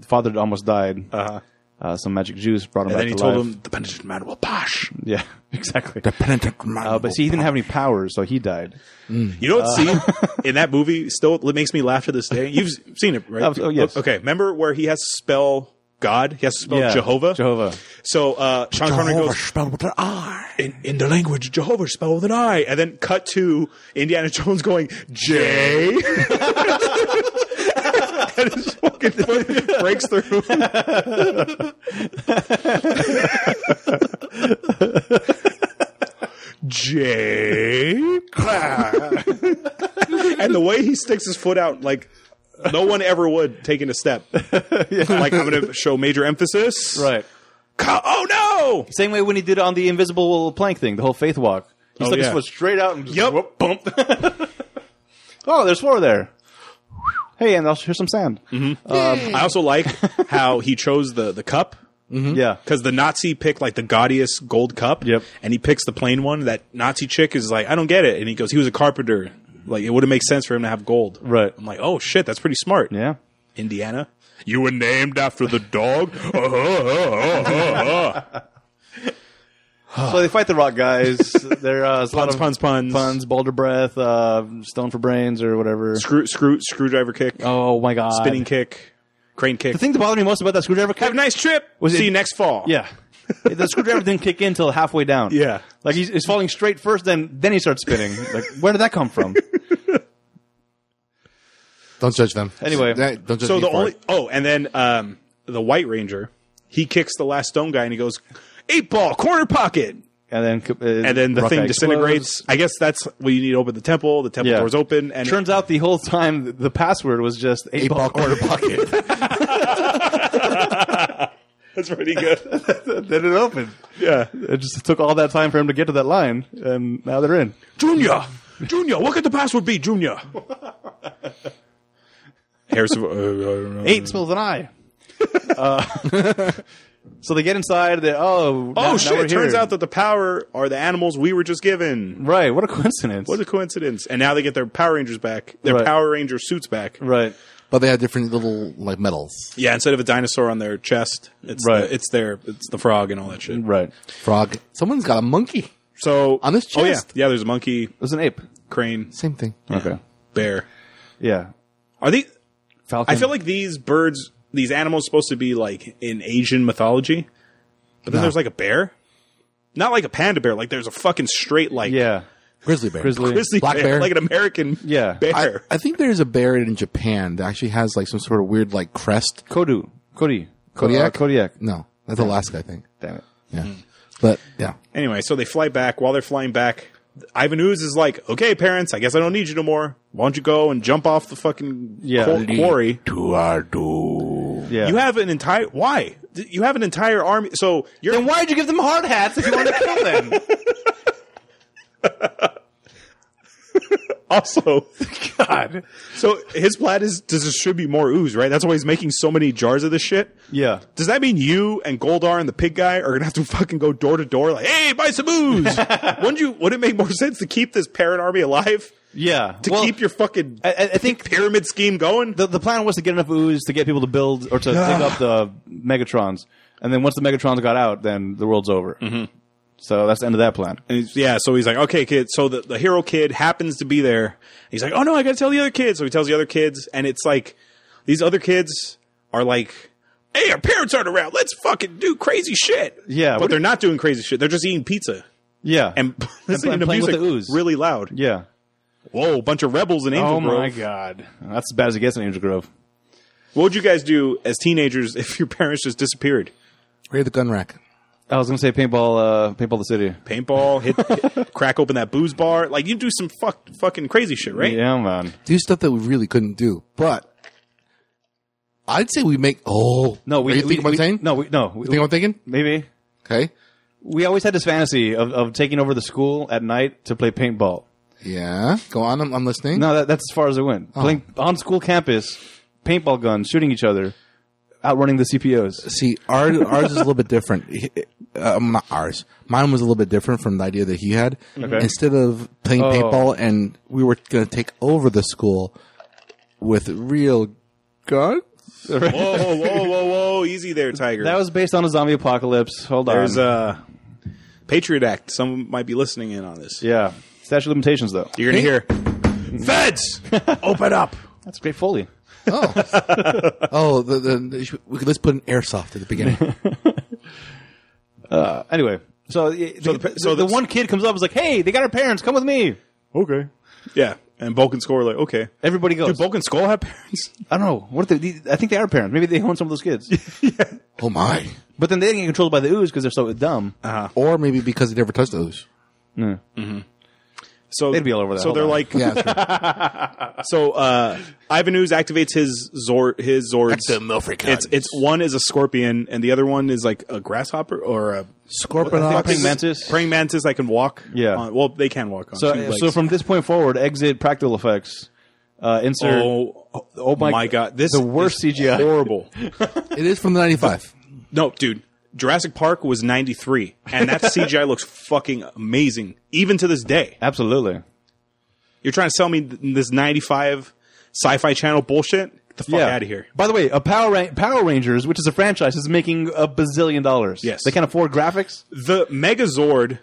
Speaker 3: father almost died. Uh-huh. some magic juice brought him
Speaker 1: And
Speaker 3: back
Speaker 1: then he
Speaker 3: to
Speaker 1: told
Speaker 3: life.
Speaker 1: him the penitent man will pass.
Speaker 3: yeah, exactly.
Speaker 2: Uh,
Speaker 3: Uh, but see, he didn't have any powers, so he died.
Speaker 1: You know
Speaker 3: Uh,
Speaker 1: what scene in that movie still it makes me laugh to this day? You've seen it, right?
Speaker 3: Oh, yes.
Speaker 1: Okay. Remember where he has to spell God? He has to spell
Speaker 3: Yeah,
Speaker 1: Oh, Jehovah?
Speaker 3: Jehovah.
Speaker 1: So uh, Sean Connery goes,
Speaker 2: spelled with an R.
Speaker 1: in, in the language, Jehovah spelled with an I. And then cut to Indiana Jones going, J. and his fucking foot breaks through. J. and the way he sticks his foot out, like no one ever would taking a step. Like I'm going to show major emphasis.
Speaker 3: Right.
Speaker 1: Ca- oh no!
Speaker 3: Same way when he did it on the invisible plank thing, the whole faith walk. He
Speaker 1: Oh,
Speaker 3: stuck
Speaker 1: yeah.
Speaker 3: his foot straight out and just
Speaker 1: Yep.
Speaker 3: whoop, bump. oh, there's four there. Hey, and I'll here's some sand.
Speaker 1: I also like how he chose the the cup
Speaker 3: Yeah.
Speaker 1: because the Nazi picked like the gaudiest gold cup.
Speaker 3: Yep.
Speaker 1: And he picks the plain one. That Nazi chick is like, I don't get it. And he goes, he was a carpenter. Like it would have made sense for him to have gold.
Speaker 3: Right.
Speaker 1: I'm like, oh shit, that's pretty smart.
Speaker 3: Yeah.
Speaker 1: Indiana. You were named after the dog. Uh-huh, uh-huh, uh-huh.
Speaker 3: So they fight the rock guys. They're uh, puns,
Speaker 1: puns, puns, puns,
Speaker 3: puns, boulder breath, uh, stone for brains, or whatever.
Speaker 1: Screw, screw, screwdriver kick,
Speaker 3: Oh my god!
Speaker 1: spinning kick, crane kick.
Speaker 3: The thing that bothered me most about that screwdriver
Speaker 1: have
Speaker 3: kick,
Speaker 1: a nice trip.
Speaker 3: Was
Speaker 1: See
Speaker 3: it-
Speaker 1: you next fall.
Speaker 3: yeah, the screwdriver didn't kick in until halfway down.
Speaker 1: Yeah.
Speaker 3: like he's, he's falling straight first, then then he starts spinning. like where did that come from?
Speaker 2: Don't judge them.
Speaker 3: Anyway.
Speaker 2: That- don't judge
Speaker 1: So
Speaker 2: me
Speaker 1: the
Speaker 2: for
Speaker 1: only
Speaker 2: it.
Speaker 1: oh, and then um, the White Ranger, he kicks the last stone guy and he goes eight ball corner pocket,
Speaker 3: And then uh,
Speaker 1: and then the
Speaker 3: rock guy
Speaker 1: thing disintegrates. I guess that's what you need to open the temple. The temple
Speaker 3: Yeah.
Speaker 1: doors open, and
Speaker 3: explodes. Turns out the whole time th- the password was just eight, ball,
Speaker 2: ball
Speaker 3: quarter pocket.
Speaker 1: that's pretty good.
Speaker 3: then it opened.
Speaker 1: yeah,
Speaker 3: It just took all that time for him to get to that line, and now they're in.
Speaker 1: Junior, Junior, what could the password be, Junior? Harrison, uh,
Speaker 3: Eight spells an eye. Uh, So they get inside. They oh
Speaker 1: Oh shit! It turns out that the power are the animals we were just given.
Speaker 3: right. What a coincidence.
Speaker 1: What a coincidence! And now they get their Power Rangers back, their
Speaker 3: Right.
Speaker 1: Power Ranger suits back.
Speaker 3: right.
Speaker 2: But they had different little like medals.
Speaker 1: Yeah, instead of a dinosaur on their chest, it's
Speaker 3: Right.
Speaker 1: the, it's their it's the frog and all that shit.
Speaker 3: Right. It
Speaker 2: Frog. Someone's got a monkey.
Speaker 1: So
Speaker 2: On his
Speaker 1: oh yeah,
Speaker 2: chest.
Speaker 1: yeah. There's a monkey,
Speaker 3: was an ape.
Speaker 1: crane,
Speaker 2: Same thing.
Speaker 3: Okay.
Speaker 1: bear.
Speaker 3: Yeah.
Speaker 1: Are these?
Speaker 3: Falcon.
Speaker 1: I feel like these birds, these animals, supposed to be like in Asian mythology, but then there's like a bear, not like a panda bear. Like there's a fucking straight like
Speaker 3: yeah.
Speaker 2: Grizzly bear.
Speaker 3: Grizzly.
Speaker 1: grizzly
Speaker 2: Black
Speaker 1: bear,
Speaker 2: bear.
Speaker 1: like an American
Speaker 3: Yeah.
Speaker 2: I,
Speaker 1: bear.
Speaker 2: I think there's a bear in Japan that actually has like some sort of weird like crest.
Speaker 3: Kodu. Kodi.
Speaker 2: Kodiak?
Speaker 3: Uh, Kodiak.
Speaker 2: No, that's Alaska, I think.
Speaker 3: Damn it.
Speaker 2: Yeah.
Speaker 1: Hmm.
Speaker 2: But yeah.
Speaker 1: Anyway, so they fly back. While they're flying back, Ivan Ooze is like, "Okay, parents, I guess I don't need you no more. Why don't you go and jump off the fucking
Speaker 3: Yeah.
Speaker 1: qu- quarry?
Speaker 2: To our doom.
Speaker 3: Yeah.
Speaker 1: You have an entire why? D- You have an entire army. So you're
Speaker 3: Then why'd you give them hard hats if you wanted to kill them?
Speaker 1: also
Speaker 3: God.
Speaker 1: so his plan is to distribute more ooze, right? That's why he's making so many jars of this shit.
Speaker 3: Yeah.
Speaker 1: Does that mean you and Goldar and the pig guy are gonna have to fucking go door to door like, hey, buy some ooze? Wouldn't you? Would it make more sense to keep this parent army alive
Speaker 3: Yeah.
Speaker 1: to keep your fucking
Speaker 3: I, I- I think
Speaker 1: pyramid scheme going?
Speaker 3: the, the plan was to get enough ooze to get people to build or to dig up the Megatrons. And then once the Megatrons got out, then the world's over. Mm-hmm. So that's the end of that plan.
Speaker 1: And he's, yeah, so he's like, okay, kid. So the, the hero kid happens to be there. He's like, oh no, I gotta tell the other kids. So he tells the other kids, and it's like, these other kids are like, hey, our parents aren't around. Let's fucking do crazy shit.
Speaker 3: Yeah,
Speaker 1: But
Speaker 3: what-
Speaker 1: they're not doing crazy shit. They're just eating pizza
Speaker 3: Yeah.
Speaker 1: and listening to
Speaker 3: playing with
Speaker 1: music
Speaker 3: the ooze. Oh
Speaker 1: really loud.
Speaker 3: yeah.
Speaker 1: Whoa, bunch of rebels in Angel Grove.
Speaker 3: God. That's as bad as it gets in Angel Grove.
Speaker 1: What would you guys do as teenagers if your parents just disappeared?
Speaker 2: Raid the gun rack.
Speaker 3: I was going to say paintball, uh, paintball the city.
Speaker 1: Paintball, hit, crack open that booze bar. Like, you do some fuck, fucking crazy shit, right?
Speaker 3: Yeah, man.
Speaker 2: Do stuff that we really couldn't do. But I'd say we make oh
Speaker 3: No, we.
Speaker 2: Are you
Speaker 3: we,
Speaker 2: think what I'm
Speaker 3: we-
Speaker 2: saying?
Speaker 3: No, we, no. We,
Speaker 2: You think I'm thinking?
Speaker 3: maybe.
Speaker 2: Okay.
Speaker 3: We always had this fantasy of, of taking over the school at night to play paintball.
Speaker 2: Yeah. Go on, I'm, I'm listening.
Speaker 3: No, that, that's as far as it
Speaker 2: Oh.
Speaker 3: went. Playing on school campus, paintball guns, shooting each other, outrunning the CPOs.
Speaker 2: See, ours, ours is a little bit different. He- Um, not ours. Mine was a little bit different from the idea that he had. Instead of
Speaker 3: Oh.
Speaker 2: playing paintball, and we were going to take over the school with real guns.
Speaker 1: Whoa, whoa, whoa, whoa, whoa. Easy there, Tiger.
Speaker 3: That was based on a zombie apocalypse. Hold
Speaker 1: There's
Speaker 3: on.
Speaker 1: a Patriot Act. Some might be listening in on this.
Speaker 3: yeah. Statute of limitations, though.
Speaker 1: You're gonna hear feds open up.
Speaker 3: That's great foley.
Speaker 2: Oh, oh, the, the, the, we could- let's put an airsoft at the beginning.
Speaker 3: Uh, anyway, so, so,
Speaker 1: the pa-
Speaker 3: the,
Speaker 1: so
Speaker 3: the
Speaker 1: the-
Speaker 3: one kid comes up and is like, hey, they got our parents. Come with me. Okay.
Speaker 1: Yeah, and Bulk and Skull are like, okay.
Speaker 3: Everybody goes.
Speaker 1: Do Bulk and Skull have parents?
Speaker 3: I don't know. What if they, I think they are parents. Maybe they own some of those kids.
Speaker 2: Oh my!
Speaker 3: but then they get controlled by the ooze because they're so dumb.
Speaker 1: Ah,
Speaker 2: Or maybe because they never touched those.
Speaker 1: So
Speaker 3: They'd be all over that.
Speaker 1: So
Speaker 3: Hold
Speaker 1: they're
Speaker 3: on.
Speaker 1: like,
Speaker 2: Yeah, that's right.
Speaker 1: so uh, Ivan Ooze activates his Zord, his Zords. It's it's one is a scorpion and the other one is like a grasshopper or a
Speaker 2: Scorpionox.
Speaker 3: Fucking mantis.
Speaker 1: Praying mantis that can walk.
Speaker 3: Yeah.
Speaker 1: on- well, they can walk on.
Speaker 3: So,
Speaker 1: two
Speaker 3: so
Speaker 1: legs.
Speaker 3: from this point forward, exit practical effects. Uh, insert.
Speaker 1: oh, oh my, god, this
Speaker 3: the worst
Speaker 1: is
Speaker 3: CGI.
Speaker 1: horrible.
Speaker 2: It is from the '95.
Speaker 1: No, dude. Jurassic Park was 93, and that CGI looks fucking amazing, even to this day.
Speaker 3: Absolutely.
Speaker 1: You're trying to sell me th- this 95 sci fi channel bullshit? Get the fuck out of here.
Speaker 3: By the way, a Power Ra- Power Rangers, which is a franchise, is making a bazillion dollars.
Speaker 1: Yes.
Speaker 3: they can't afford graphics.
Speaker 1: The Megazord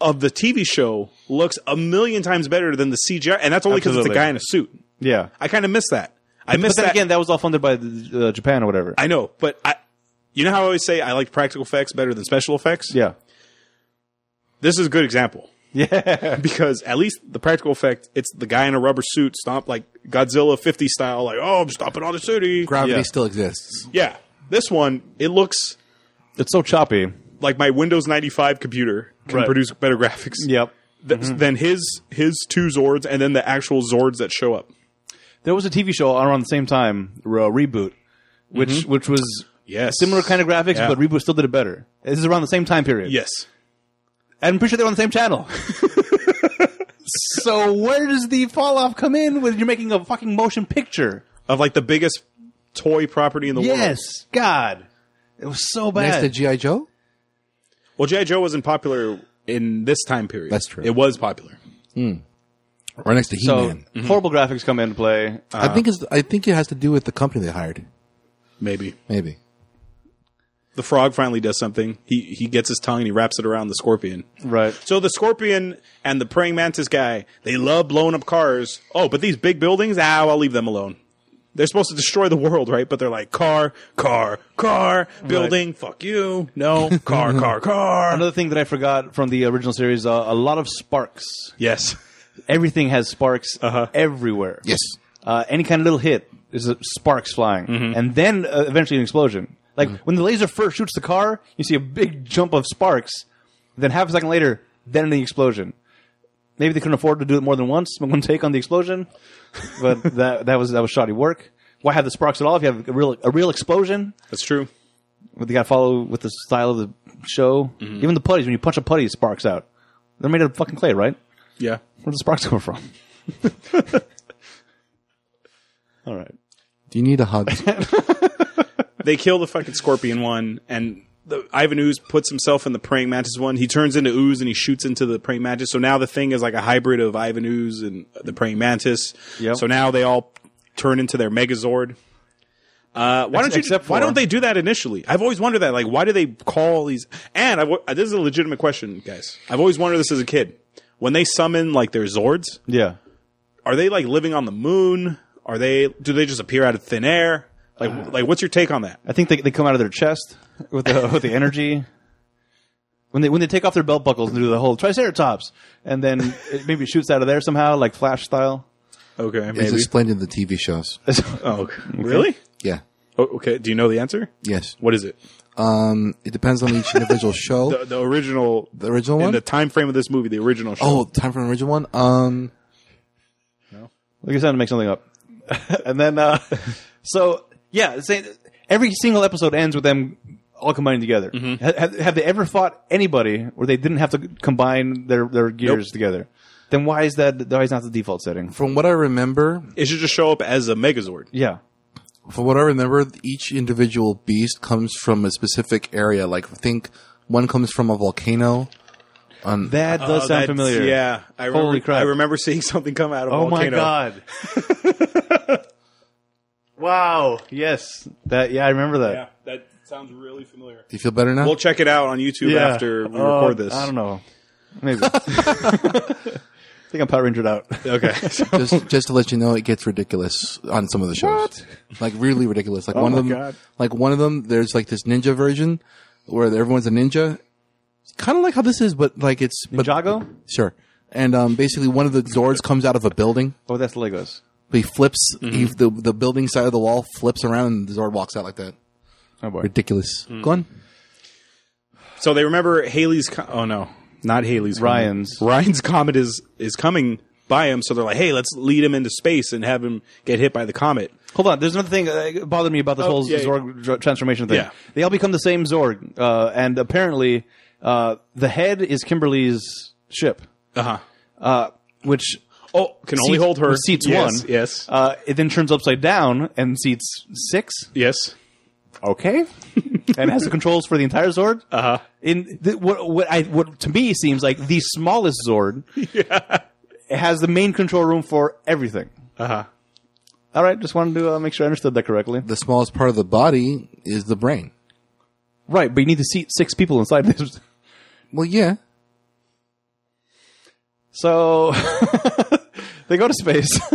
Speaker 1: of the TV show looks a million times better than the CGI, and that's only because it's a
Speaker 3: Absolutely.
Speaker 1: guy in a suit.
Speaker 3: Yeah,
Speaker 1: I kind of miss that. I
Speaker 3: but
Speaker 1: miss
Speaker 3: then
Speaker 1: that.
Speaker 3: again, that was all funded by the, uh, Japan or whatever.
Speaker 1: I know, but I. You know how I always say I like practical effects better than special effects?
Speaker 3: yeah,
Speaker 1: This is a good example.
Speaker 3: yeah,
Speaker 1: because at least the practical effect, it's the guy in a rubber suit stomp like Godzilla 50 style, like, oh, I'm stomping on the city.
Speaker 2: Gravity
Speaker 3: Yeah.
Speaker 2: still exists.
Speaker 1: Yeah. This one, it looks
Speaker 3: it's so choppy.
Speaker 1: like my Windows 95 computer can
Speaker 3: Right. Mm-hmm.
Speaker 1: produce better graphics
Speaker 3: Yep.
Speaker 1: th- than his his two Zords and then the actual Zords that show up.
Speaker 3: There was a TV show around the same time, a reboot, which which was
Speaker 1: Yes.
Speaker 3: similar kind of graphics,
Speaker 1: Yeah.
Speaker 3: but reboot still did it better. This is around the same time period.
Speaker 1: Yes.
Speaker 3: And I'm pretty sure they're on the same channel. so where does the fall off come in when you're making a fucking motion picture?
Speaker 1: Of like the biggest toy property in the world.
Speaker 3: Yes, God. It was so
Speaker 2: Next to
Speaker 3: bad.
Speaker 2: GI Joe.
Speaker 1: Well, GI Joe wasn't popular in this time period.
Speaker 2: That's true.
Speaker 1: It was popular.
Speaker 2: Right next to He
Speaker 3: so mm-hmm.
Speaker 2: Man.
Speaker 3: horrible graphics come into play.
Speaker 2: I
Speaker 1: Uh,
Speaker 2: think it's. I think it has to do with the company they hired.
Speaker 1: Maybe
Speaker 2: Maybe.
Speaker 1: the frog finally does something. He he gets his tongue and he wraps it around the scorpion.
Speaker 3: Right.
Speaker 1: So the scorpion and the praying mantis guy, they love blowing up cars. Oh, but these big buildings, ah, I'll leave them alone. They're supposed to destroy the world, right? But they're like car, car, car, building, fuck you. No, car, car, car.
Speaker 3: Another thing that I forgot from the original series: uh, a lot of sparks.
Speaker 1: Yes.
Speaker 3: Everything has sparks
Speaker 1: Uh-huh.
Speaker 3: everywhere.
Speaker 2: Yes.
Speaker 3: Uh, any kind of little hit, there's uh, sparks flying, and then uh, eventually an explosion. Like when the laser first shoots the car, you see a big jump of sparks. Then half a second later, then the explosion. Maybe they couldn't afford to do it more than once, but one take on the explosion. But that that was that was shoddy work. Why have the sparks at all if you have a real a real explosion?
Speaker 1: That's true.
Speaker 3: But they got to follow with the style of the show. Even the putties, when you punch a putty, it sparks out. They're made out of fucking clay, right?
Speaker 1: Yeah.
Speaker 3: Where the sparks come from? All right.
Speaker 2: Do you need a hug?
Speaker 1: They kill the fucking scorpion one and the Ivan Ooze puts himself in the praying mantis one. He turns into ooze and he shoots into the praying mantis. So now the thing is like a hybrid of Ivan Ooze and the praying mantis.
Speaker 3: Yep.
Speaker 1: So now they all turn into their Megazord. Uh, why don't you?
Speaker 3: except
Speaker 1: why
Speaker 3: for-
Speaker 1: don't they do that initially? I've always wondered that. Like, why do they call these? And I've, al- this is a legitimate question, guys. I've always wondered this as a kid. When they summon like their Zords,
Speaker 3: Yeah.
Speaker 1: are they like living on the moon? Are they? Do they just appear out of thin air? Like, like what's your take on that?
Speaker 3: I think they, they come out of their chest with the with the energy. When they when they take off their belt buckles and do the whole Triceratops, and then it maybe shoots out of there somehow, like Flash style.
Speaker 1: Okay,
Speaker 2: it's
Speaker 1: maybe.
Speaker 2: explained in the TV shows.
Speaker 1: Oh, okay. really?
Speaker 2: Yeah.
Speaker 1: Oh, okay. Do you know the answer?
Speaker 2: Yes.
Speaker 1: What is it?
Speaker 2: Um. It depends on each individual show.
Speaker 1: The, the original,
Speaker 2: The original
Speaker 1: in
Speaker 2: one?
Speaker 1: the time frame of this movie, the original show.
Speaker 2: oh, time for an original one. Um.
Speaker 3: Like you're trying to make something up. and then, uh, so yeah, say, every single episode ends with them all combining together. Ha- Have, have they ever fought anybody where they didn't have to combine their, their gears together? Then why is that? Why is not the default setting?
Speaker 2: From what I remember,
Speaker 1: It should just show up as a Megazord.
Speaker 3: Yeah,
Speaker 2: from what I remember, each individual beast comes from a specific area. Like, I think one comes from a volcano.
Speaker 3: that does
Speaker 1: Oh,
Speaker 3: sound
Speaker 1: that's-
Speaker 3: familiar.
Speaker 1: Yeah, I
Speaker 3: Holy
Speaker 1: remember,
Speaker 3: crap.
Speaker 1: I remember seeing something come out of a
Speaker 3: Oh
Speaker 1: volcano.
Speaker 3: my god. wow. Yes. That. Yeah, I remember that.
Speaker 1: Yeah, that sounds really familiar.
Speaker 2: Do you feel better now?
Speaker 1: We'll check it out on YouTube
Speaker 3: Yeah.
Speaker 1: after we
Speaker 3: Oh,
Speaker 1: record this.
Speaker 3: I don't know. Maybe. I think I'm Power Rangered out.
Speaker 1: Okay. So-
Speaker 2: just, just to let you know, it gets ridiculous on some of the shows. Like really ridiculous. Like one
Speaker 3: my
Speaker 2: of them,
Speaker 3: God.
Speaker 2: like one of them, there's like this ninja version where everyone's a ninja. It's kind of like how this is, but like it's but-
Speaker 3: Ninjago?
Speaker 2: Sure. And um, basically, one of the Zords comes out of a building.
Speaker 3: Oh, that's Legos.
Speaker 2: He flips he, the the building side of the wall, flips around, and the Zord walks out like that.
Speaker 3: Oh boy.
Speaker 2: Ridiculous. Go on.
Speaker 1: so they remember Haley's. Co- oh no, not Haley's. Comet.
Speaker 3: Ryan's.
Speaker 1: Ryan's comet is is coming by him. So they're like, hey, let's lead him into space and have him get hit by the comet.
Speaker 3: Hold on. There's another thing that bothered me about this whole
Speaker 1: yeah, yeah.
Speaker 3: Zorg dr- transformation thing.
Speaker 1: Yeah.
Speaker 3: They all become the same Zorg, uh, and apparently uh, the head is Kimberly's ship,
Speaker 1: Uh huh.
Speaker 3: uh, which
Speaker 1: Oh, can only
Speaker 3: seats-
Speaker 1: hold her.
Speaker 3: which seats
Speaker 1: yes,
Speaker 3: one.
Speaker 1: Yes.
Speaker 3: Uh, it then turns upside down and seats six.
Speaker 1: yes.
Speaker 3: Okay. and has the controls for the entire Zord. Uh huh. In the, what what I what to me seems like the smallest Zord. Yeah. It has the main control room for everything.
Speaker 1: Uh
Speaker 3: Uh-huh.
Speaker 1: huh.
Speaker 3: All right, just wanted to uh, make sure I understood that correctly.
Speaker 2: The smallest part of the body is the brain.
Speaker 3: Right, but you need to seat six people inside this.
Speaker 2: Well, yeah.
Speaker 3: So they go to space.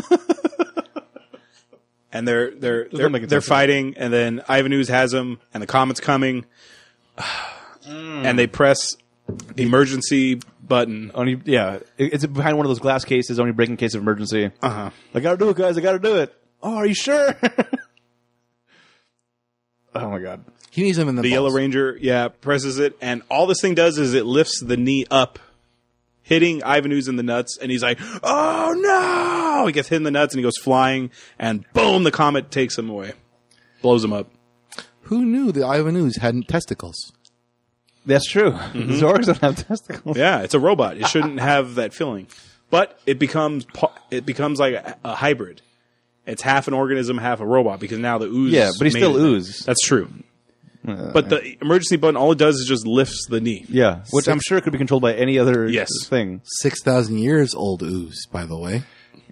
Speaker 1: and they're they're they're,
Speaker 3: make any
Speaker 1: they're
Speaker 3: sense.
Speaker 1: fighting, and then Ivan Ooze has him, and the comet's coming, and they press the emergency button.
Speaker 3: only yeah, it- it's behind one of those glass cases, only break in case of emergency. Uh huh. I gotta do it, guys. I gotta do it. Oh, are you sure? oh my god.
Speaker 2: He needs him in the,
Speaker 1: The Yellow
Speaker 2: balls.
Speaker 1: Ranger, yeah, presses it, and all this thing does is it lifts the knee up, hitting Ivan Ooze in the nuts, and he's like, "Oh no!" He gets hit in the nuts, and he goes flying, and boom, the comet takes him away, blows him up.
Speaker 2: Who knew the Ivanus had testicles?
Speaker 3: That's true. Zorgs don't have testicles.
Speaker 1: Yeah, it's a robot. It shouldn't have that feeling, but it becomes pa- it becomes like a, a hybrid. It's half an organism, half a robot because now the ooze.
Speaker 3: Yeah, but he's
Speaker 1: made
Speaker 3: still
Speaker 1: it.
Speaker 3: ooze.
Speaker 1: That's true. But the emergency button, all it does is just lifts the knee.
Speaker 3: Yeah, which i I'm sure could be controlled by any other
Speaker 1: Yes.
Speaker 3: thing.
Speaker 2: Six thousand years old ooze, by the way.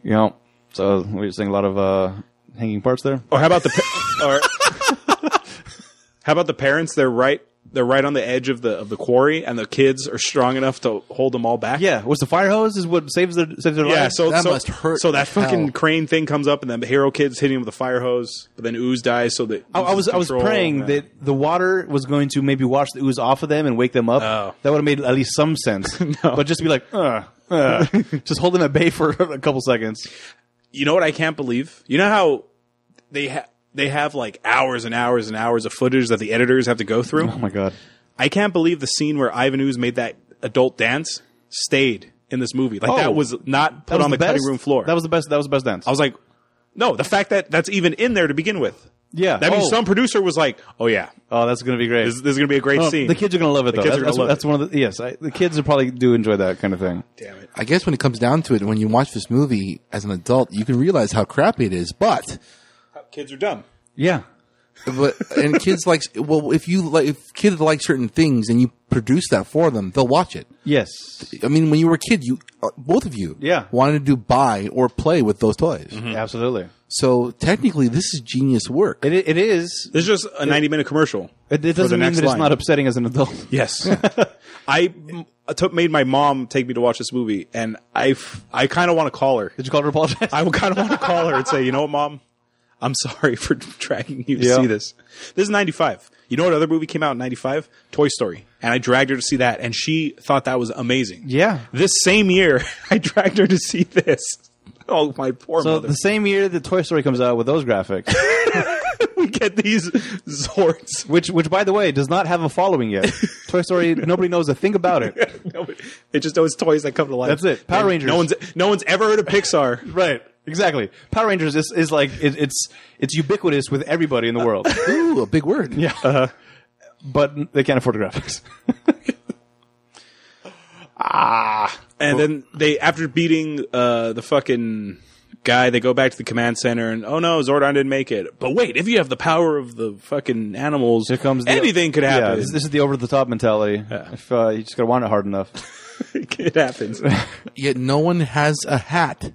Speaker 3: You know, so we're seeing a lot of uh, hanging parts there.
Speaker 1: Or how about the pa- or how about the parents? They're right. They're right on the edge of the of the quarry, and the kids are strong enough to hold them all back.
Speaker 3: Yeah, was the fire hose is what saves their saves their
Speaker 1: Yeah,
Speaker 3: lives?
Speaker 1: so
Speaker 2: That
Speaker 1: so,
Speaker 2: must hurt
Speaker 1: So that
Speaker 2: hell.
Speaker 1: fucking crane thing comes up, and then the hero kid's hitting him with a fire hose. But then ooze dies, so that
Speaker 3: I, I was I was
Speaker 1: control,
Speaker 3: praying
Speaker 1: yeah.
Speaker 3: that the water was going to maybe wash the ooze off of them and wake them up.
Speaker 1: Oh.
Speaker 3: That would have made at least some sense. But just be like, uh, uh, just hold them at bay for a couple seconds.
Speaker 1: you know what I can't believe? You know how they ha- they have like hours and hours and hours of footage that the editors have to go through.
Speaker 3: Oh my god!
Speaker 1: I can't believe the scene where Ivan Ooze made that adult dance stayed in this movie. Like
Speaker 3: Oh.
Speaker 1: that was not put
Speaker 3: was
Speaker 1: on the, cutting room floor.
Speaker 3: That was the best. That was the best dance.
Speaker 1: I was like, no, the fact that that's even in there to begin with.
Speaker 3: yeah.
Speaker 1: That means
Speaker 3: oh.
Speaker 1: some producer was like, oh yeah,
Speaker 3: Oh, that's gonna be great.
Speaker 1: this, this is going to be a great
Speaker 3: Oh,
Speaker 1: scene.
Speaker 3: the kids are gonna love it though.
Speaker 1: kids
Speaker 3: That's,
Speaker 1: are
Speaker 3: that's,
Speaker 1: gonna
Speaker 3: that's one of the yes. I, the kids are probably do enjoy that kind of thing.
Speaker 1: Damn it.
Speaker 2: I guess when it comes down to it, when you watch this movie as an adult, you can realize how crappy it is. But
Speaker 1: Kids are dumb.
Speaker 3: Yeah.
Speaker 2: but and kids like well, if you like if kids like certain things and you produce that for them, they'll watch it.
Speaker 3: Yes.
Speaker 2: I mean, when you were a kid, you uh, both of you,
Speaker 3: Yeah. Mm-hmm.
Speaker 2: wanted to do buy or play with those toys.
Speaker 3: Absolutely.
Speaker 2: So technically, this is genius work.
Speaker 3: It it is.
Speaker 1: There's just a 90 minute commercial.
Speaker 3: It, it
Speaker 1: the
Speaker 3: doesn't mean
Speaker 1: next
Speaker 3: that
Speaker 1: line.
Speaker 3: it's not upsetting as an adult.
Speaker 1: Yes. I mm, took- made my mom take me to watch this movie, and I, f- I kind of want to call her.
Speaker 3: Did you call her apologize?
Speaker 1: I would kind of want to call her and say, you know what, mom? I'm sorry for dragging you to
Speaker 3: Yeah.
Speaker 1: see this. This is 95. You know what other movie came out in 95? Toy Story. And I dragged her to see that, and she thought that was amazing.
Speaker 3: Yeah.
Speaker 1: This same year, I dragged her to see this. Oh, my poor
Speaker 3: So
Speaker 1: mother.
Speaker 3: the same year that Toy Story comes out with those graphics,
Speaker 1: we get these Zords.
Speaker 3: which which by the way does not have a following yet. Toy Story, nobody knows a thing about it.
Speaker 1: No, It just those toys that come to life.
Speaker 3: That's it. Power
Speaker 1: And
Speaker 3: Rangers.
Speaker 1: No one's, no one's ever heard of Pixar.
Speaker 3: Right. Exactly. Power Rangers is, is like it, it's it's ubiquitous with everybody in the world, Uh-huh.
Speaker 2: Ooh, a big word. Yeah.
Speaker 3: but they can't afford the graphics.
Speaker 1: And then they, after beating uh, the fucking guy, they go back to the command center and, oh no, Zordon didn't make it. But wait, if you have the power of the fucking animals,
Speaker 3: Here comes the,
Speaker 1: anything could
Speaker 3: Yeah,
Speaker 1: happen.
Speaker 3: this, this is the over the top mentality. If uh, you just gotta want it hard enough.
Speaker 1: it happens.
Speaker 2: Yet no one has a hat.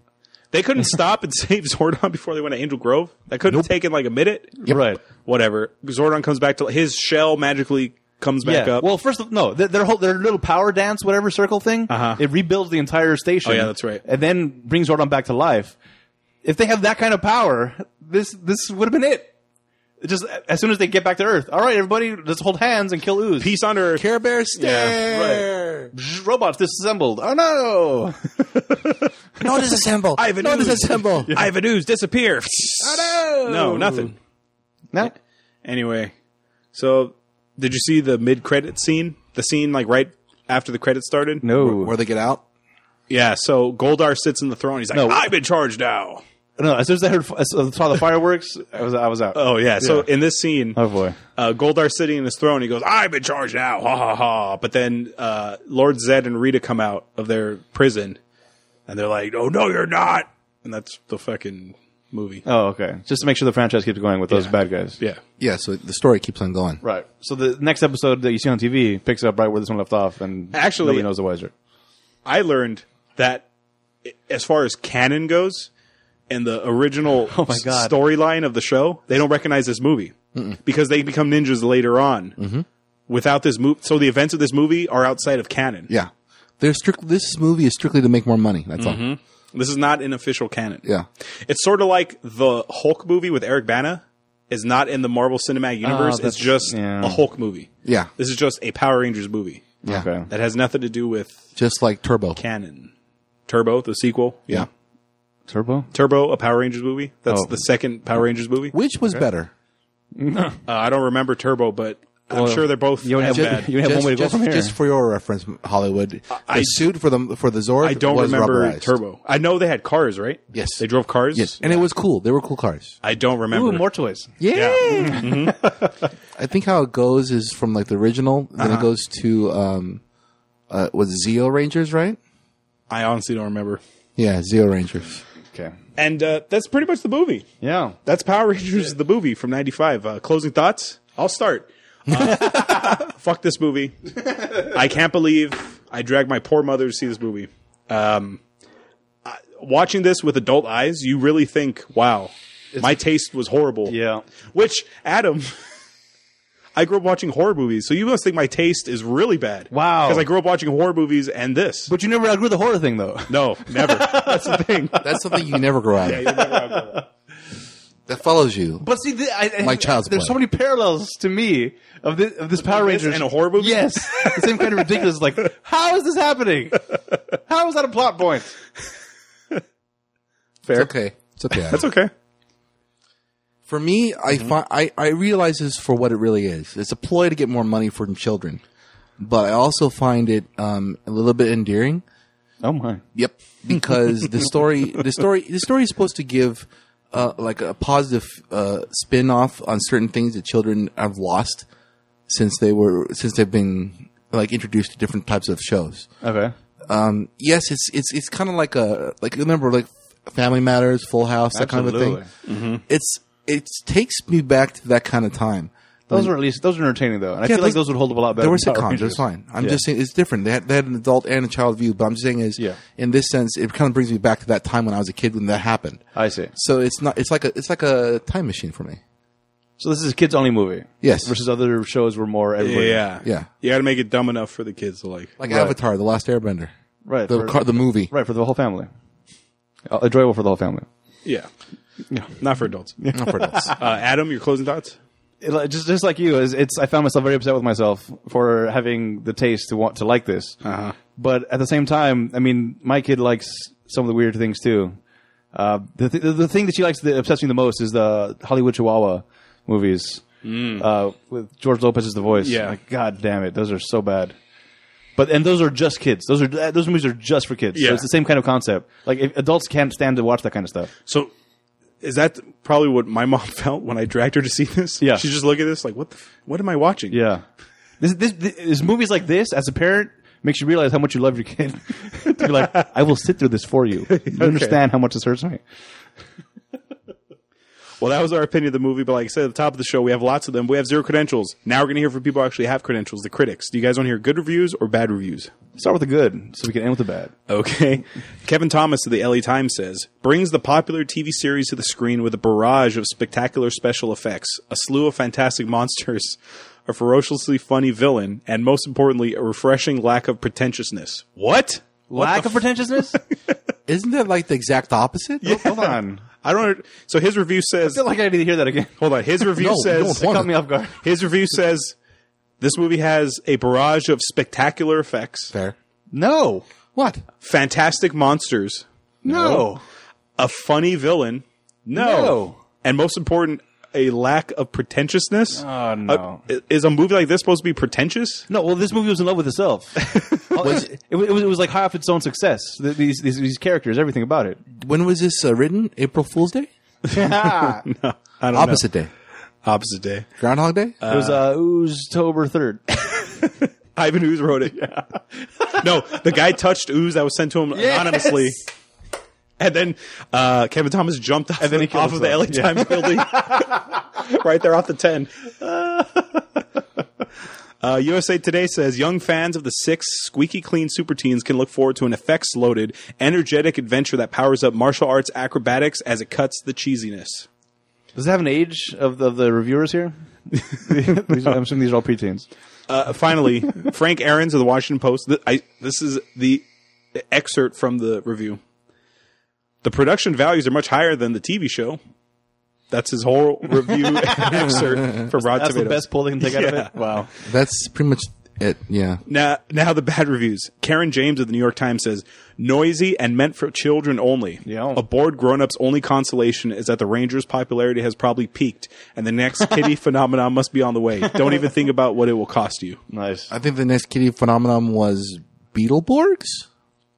Speaker 1: they couldn't stop and save Zordon before they went to Angel Grove. That could have taken like a minute.
Speaker 3: Right.
Speaker 1: Whatever. Zordon comes back to his shell magically comes back
Speaker 3: Yeah.
Speaker 1: up.
Speaker 3: Well, first of no, their, their whole their little power dance, whatever circle thing,
Speaker 1: Uh-huh.
Speaker 3: it rebuilds the entire station.
Speaker 1: Oh, yeah, that's right.
Speaker 3: And then brings Zordon back to life. If they have that kind of power, this this would have been it. It Just as soon as they get back to Earth, all right, everybody, let's hold hands and kill ooze.
Speaker 1: peace on Earth.
Speaker 2: Care Bear
Speaker 1: stare!
Speaker 2: stare.
Speaker 3: Bzz, Robots disassembled. Oh no!
Speaker 2: No disassemble.
Speaker 1: Ivan
Speaker 2: no
Speaker 1: Ooze.
Speaker 2: disassemble.
Speaker 1: Ivan Ooze disappear. No, nothing.
Speaker 3: no.
Speaker 1: Anyway, so did you see the mid credit scene? The scene like right after the credits started?
Speaker 2: Where they get out.
Speaker 1: Yeah, so Goldar sits in the throne. He's like,
Speaker 3: No.
Speaker 1: I'm in charge now.
Speaker 3: no. As soon as I heard, I saw the fireworks. I was, I was out.
Speaker 1: Oh, yeah. So in this scene,
Speaker 3: Oh, boy.
Speaker 1: uh, Goldar's sitting in his throne. He goes, I'm in charge now. Ha ha ha. But then uh, Lord Zed and Rita come out of their prison and they're like, oh, no, you're not. And that's the fucking movie.
Speaker 3: Oh, okay. Just to make sure the franchise keeps going with those bad guys.
Speaker 1: Yeah.
Speaker 2: Yeah. So the story keeps on going.
Speaker 3: Right. So the next episode that you see on TV picks up right where this one left off, and
Speaker 1: Actually-
Speaker 3: nobody knows the wiser.
Speaker 1: I learned that i- as far as canon goes, and the original
Speaker 3: Oh my
Speaker 1: s-
Speaker 3: God.
Speaker 1: storyline of the show, they don't recognize this movie because they become ninjas later on.
Speaker 3: Mm-hmm.
Speaker 1: Without this movie, so the events of this movie are outside of canon.
Speaker 2: Yeah. They're strict. This movie is strictly to make more money. That's all.
Speaker 1: This is not an official canon.
Speaker 2: Yeah.
Speaker 1: It's sort of like the Hulk movie with Eric Bana is not in the Marvel Cinematic Universe. it's
Speaker 3: Ah, that's-
Speaker 1: just
Speaker 3: yeah.
Speaker 1: a Hulk movie.
Speaker 2: Yeah.
Speaker 1: This is just a Power Rangers movie
Speaker 2: Yeah.
Speaker 3: Okay.
Speaker 1: that has nothing to do with
Speaker 2: Just like Turbo.
Speaker 1: canon. Turbo, the sequel.
Speaker 2: Yeah.
Speaker 3: Turbo.
Speaker 1: Turbo, a Power Rangers movie. That's
Speaker 3: Oh.
Speaker 1: the second Power Rangers movie.
Speaker 2: Which was better?
Speaker 1: Uh, I don't remember Turbo, but I'm sure they're both
Speaker 3: you only
Speaker 1: as
Speaker 3: have-
Speaker 1: bad.
Speaker 3: you only have
Speaker 2: just,
Speaker 3: one way to go
Speaker 2: just-
Speaker 3: from here.
Speaker 2: just for your reference, Hollywood,
Speaker 1: I-
Speaker 2: the suit for the for the Zord.
Speaker 1: I don't
Speaker 2: was
Speaker 1: remember
Speaker 2: rubberized.
Speaker 1: Turbo. I know they had cars, right?
Speaker 2: Yes.
Speaker 1: They drove cars?
Speaker 2: Yes, and it was cool. They were cool cars.
Speaker 1: I don't remember.
Speaker 3: Ooh, more toys.
Speaker 2: Yeah.
Speaker 1: Yeah.
Speaker 2: I think how it goes is from like the original, then it goes to um, uh, was Zeo Rangers, right?
Speaker 1: I honestly don't remember.
Speaker 2: Yeah, Zeo Rangers.
Speaker 3: Okay.
Speaker 1: And uh, that's pretty much the movie.
Speaker 3: Yeah.
Speaker 1: That's Power Rangers the movie from '95. Uh, closing thoughts. I'll start. Uh, fuck this movie. I can't believe I dragged my poor mother to see this movie. Um, I- watching this with adult eyes, you really think, wow, my taste was horrible.
Speaker 3: Yeah.
Speaker 1: Which, Adam, I grew up watching horror movies, so you must think my taste is really bad.
Speaker 3: Wow.
Speaker 1: Because I grew up watching horror movies and this.
Speaker 3: But you never outgrew the horror thing, though.
Speaker 1: no, never. That's the thing.
Speaker 2: That's something you never grow out of. That follows you.
Speaker 3: But see, the, I, I-
Speaker 2: Like Child's
Speaker 3: there's
Speaker 2: Play.
Speaker 3: so many parallels to me of this, of this Power
Speaker 1: This
Speaker 3: Rangers
Speaker 1: and a horror movie?
Speaker 3: Yes, the same kind of ridiculous. Like, how is this happening? How is that a plot point?
Speaker 2: It's
Speaker 1: Fair.
Speaker 2: okay. It's okay.
Speaker 1: That's okay.
Speaker 2: For me, I, fi- I I realize this for what it really is. It's a ploy to get more money from children, but I also find it um, a little bit endearing.
Speaker 3: Oh my!
Speaker 2: Yep, because the story the story the story is supposed to give uh, like a positive uh, spin off on certain things that children have lost since they were since they've been like introduced to different types of shows
Speaker 3: Okay.
Speaker 2: yes, it's it's it's kind of like a like remember like Family Matters, Full House, that kind
Speaker 3: Absolutely. Mm-hmm.
Speaker 2: of a thing. It's it takes me back to that kind of time.
Speaker 3: Those were at least those are entertaining though, and I
Speaker 2: Yeah,
Speaker 3: feel like those would hold up a lot better.
Speaker 2: There were
Speaker 3: than Power
Speaker 2: sitcoms.
Speaker 3: Rangers.
Speaker 2: It's fine. I'm
Speaker 3: Yeah.
Speaker 2: just saying it's different. They had, they had an adult and a child view, but I'm just saying is
Speaker 3: Yeah.
Speaker 2: in this sense, it kind of brings me back to that time when I was a kid when that happened.
Speaker 3: I see.
Speaker 2: So it's not. It's like a. It's like a time machine for me.
Speaker 3: So this is a kids only movie.
Speaker 2: Yes.
Speaker 3: Versus other shows were more everywhere.
Speaker 1: Yeah.
Speaker 2: Yeah.
Speaker 1: You got to make it dumb enough for the kids to like.
Speaker 2: Like
Speaker 3: Right.
Speaker 2: Avatar, The Last Airbender,
Speaker 3: Right.
Speaker 2: the
Speaker 3: for,
Speaker 2: car, the movie.
Speaker 3: right for the whole family. Uh, enjoyable for the whole family.
Speaker 1: Yeah. Not for adults.
Speaker 2: Not for adults.
Speaker 1: Uh, Adam, your closing thoughts?
Speaker 3: It- like, just just like you, it's, it's I found myself very upset with myself for having the taste to want to like this.
Speaker 1: Uh-huh.
Speaker 3: But at the same time, I mean, my kid likes some of the weird things too. Uh, the, th- the thing that she likes that upsets me the most is the Hollywood Chihuahua movies uh, with George Lopez as the voice.
Speaker 1: Mm. Yeah.
Speaker 3: like, God damn it, those are so bad. But and those are just kids. Those are those movies are just for kids.
Speaker 1: Yeah.
Speaker 3: So it's the same kind of concept. Like if adults can't stand to watch that kind of stuff.
Speaker 1: So, is that probably what my mom felt when I dragged her to see this?
Speaker 3: Yeah.
Speaker 1: She's just looking at this like, what the, f- what am I watching?
Speaker 3: Yeah. This, this, this, movies like this, as a parent, makes you realize how much you love your kid. to be like, I will sit through this for you. You understand how much this hurts me.
Speaker 1: Well, that was our opinion of the movie, but like I said at the top of the show, we have lots of them. We have zero credentials. Now we're going to hear from people who actually have credentials, the critics. Do you guys want to hear good reviews or bad reviews?
Speaker 3: Start with the good, so we can end with the bad.
Speaker 1: Okay. Kevin Thomas of the LA Times says, brings the popular TV series to the screen with a barrage of spectacular special effects, a slew of fantastic monsters, a ferociously funny villain, and most importantly, a refreshing lack of pretentiousness. What?
Speaker 3: Lack of pretentiousness?
Speaker 2: Isn't that like the exact opposite?
Speaker 3: Hold on.
Speaker 1: I don't. So his review says,
Speaker 3: I feel like I need to hear that again.
Speaker 1: hold on. His review
Speaker 2: No, you
Speaker 1: says,
Speaker 2: don't
Speaker 3: It caught me off guard.
Speaker 1: his review says, this movie has a barrage of spectacular effects,
Speaker 2: Fair.
Speaker 3: No.
Speaker 2: What?
Speaker 1: fantastic monsters,
Speaker 3: No.
Speaker 1: a funny villain. No.
Speaker 3: No.
Speaker 1: And most important, a lack of pretentiousness.
Speaker 3: Oh, no.
Speaker 1: Uh, is a movie like this supposed to be pretentious?
Speaker 3: No, well, this movie was in love with itself. Oh, it, was, it was- it was like high off its own success. Th- These, these, these characters, everything about it.
Speaker 2: When was this uh, written? April Fool's Day?
Speaker 1: I don't
Speaker 2: Opposite day.
Speaker 1: know. Opposite day.
Speaker 2: Groundhog Day?
Speaker 3: It was uh, Ooztober 3rd.
Speaker 1: Ivan Ooze wrote it. no, the guy touched Ooze that was sent to him anonymously. And then uh, Kevin Thomas jumped off,
Speaker 3: then he
Speaker 1: the,
Speaker 3: killed
Speaker 1: off of the LA
Speaker 3: himself. Yeah.
Speaker 1: Times building, right there off the 10. Uh, USA Today says young fans of the six squeaky clean super teens can look forward to an effects loaded, energetic adventure that powers up martial arts acrobatics as it cuts the cheesiness.
Speaker 3: Does it have an age of the, of the reviewers here? These are- I'm assuming these are all preteens.
Speaker 1: Uh, finally, Frank Ahrens of the Washington Post. Th- I, this is the excerpt from the review. The production values are much higher than the TV show. That's his whole review excerpt from Rotten
Speaker 3: That's
Speaker 1: Tomatoes.
Speaker 3: the best poll they can take out
Speaker 1: Yeah.
Speaker 3: of it. Wow.
Speaker 2: That's pretty much it. Yeah.
Speaker 1: Now, now the bad reviews. Karen James of the New York Times says, "Noisy and meant for children only.
Speaker 3: Yeah.
Speaker 1: A bored grown-up's only consolation is that the Rangers' popularity has probably peaked, and the next kitty phenomenon must be on the way. Don't even think about what it will cost you."
Speaker 3: Nice.
Speaker 2: I think the next kitty phenomenon was Beetleborgs.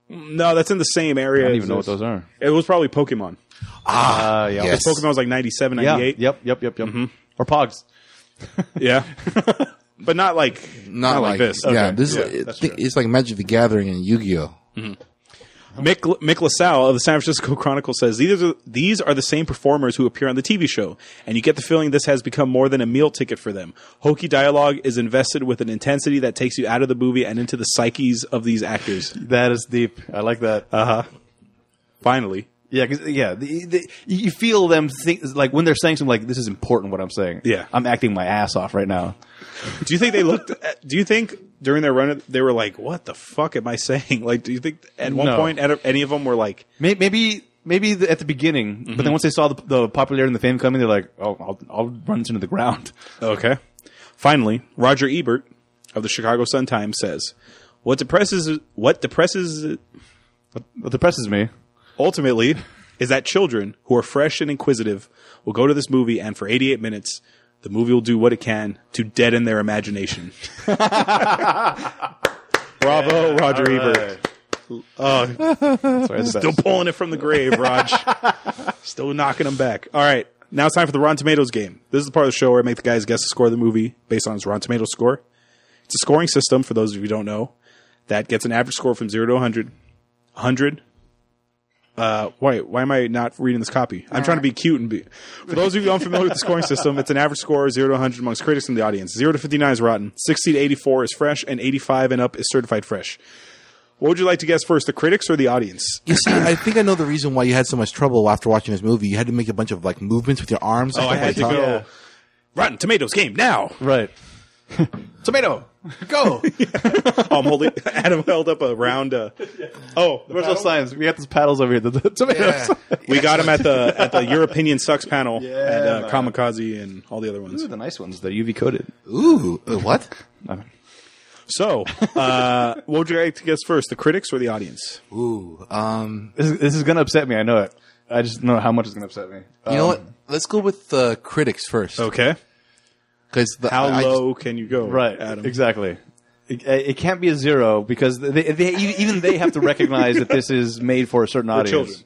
Speaker 1: No, that's in the same area.
Speaker 3: I don't
Speaker 1: as
Speaker 3: even know what
Speaker 1: this.
Speaker 3: those are.
Speaker 1: It was probably Pokemon.
Speaker 3: Ah, yeah.
Speaker 2: yes.
Speaker 1: Pokemon was like 97,
Speaker 3: Yeah. Mm-hmm.
Speaker 1: 98.
Speaker 3: Yep, yep, yep, yep. Or Pogs.
Speaker 1: Yeah. but not like not, like, this.
Speaker 2: Yeah,
Speaker 1: Okay.
Speaker 2: this
Speaker 1: Yeah,
Speaker 2: is
Speaker 1: that's
Speaker 2: it's like Magic the Gathering and Yu Gi Oh.
Speaker 1: Mick, Mick LaSalle of the San Francisco Chronicle says these are, these are the same performers who appear on the TV show, and you get the feeling this has become more than a meal ticket for them. Hokey dialogue is invested with an intensity that takes you out of the movie and into the psyches of these actors.
Speaker 3: That is deep. I like that.
Speaker 1: Finally,
Speaker 3: Yeah, 'cause- yeah, the, the, you feel them think like when they're saying something like this is important what I'm saying.
Speaker 1: Yeah.
Speaker 3: I'm acting my ass off right now.
Speaker 1: do you think they looked? At, do you think during their run they were like, "What the fuck am I saying?" Like, do you think at one
Speaker 3: No.
Speaker 1: point at- any of them were like,
Speaker 3: May- Maybe maybe the, at the beginning, but then once they saw the, the popularity and the fame coming, they're like, oh, I'll, I'll run this into the ground.
Speaker 1: Okay. Finally, Roger Ebert of the Chicago Sun Times says, "What depresses what depresses
Speaker 3: What depresses me.
Speaker 1: ultimately is that children who are fresh and inquisitive will go to this movie and for 88 minutes the movie will do what it can to deaden their imagination." Bravo, Oh, Roger Ebert. Oh.
Speaker 3: Sorry, it's
Speaker 1: Still
Speaker 3: the best.
Speaker 1: pulling it from the grave, Raj. Still knocking them back. All right. Now it's time for the Rotten Tomatoes game. This is the part of the show where I make the guys guess the score of the movie based on its Rotten Tomatoes score. It's a scoring system, for those of you who don't know, that gets an average score from 0 to 100. 100. Uh, why, why am I not reading this copy? I'm trying to be cute and be. For those of you unfamiliar with the scoring system, it's an average score, 0 to 100 amongst critics and the audience. 0 to 59 is rotten, 60 to 84 is fresh, and 85 and up is certified fresh. What would you like to guess first, the critics or the audience?
Speaker 2: You see, I think I know the reason why you had so much trouble after watching this movie. You had to make a bunch of like movements with your arms.
Speaker 1: Oh, I had to go.
Speaker 3: Yeah.
Speaker 1: Rotten Tomatoes game now.
Speaker 3: Right.
Speaker 1: Tomato, go. oh, I'm holding. Adam held up a round. Uh, oh,
Speaker 3: Where's those signs? We got these paddles over here. The, the tomatoes.
Speaker 1: we got him at the at the Your Opinion Sucks panel
Speaker 3: Yeah,
Speaker 1: and uh, Kamikaze and all the other ones.
Speaker 3: These are the nice ones. They're UV coated.
Speaker 2: Ooh, uh, what?
Speaker 1: So, uh, what would you like to guess first, the critics or the audience?
Speaker 2: Ooh, um,
Speaker 3: This is, this is gonna upset me. I know it. I just know how much it's gonna upset me. Um,
Speaker 2: you
Speaker 1: Um,
Speaker 2: know what? Let's go with the critics first.
Speaker 1: Okay,
Speaker 2: Because
Speaker 1: how
Speaker 2: I,
Speaker 1: low can you go?
Speaker 3: Right,
Speaker 1: Adam.
Speaker 3: Exactly. It, it can't be a zero because they, they, e, even they have to recognize that this is made for a certain audience.
Speaker 1: children.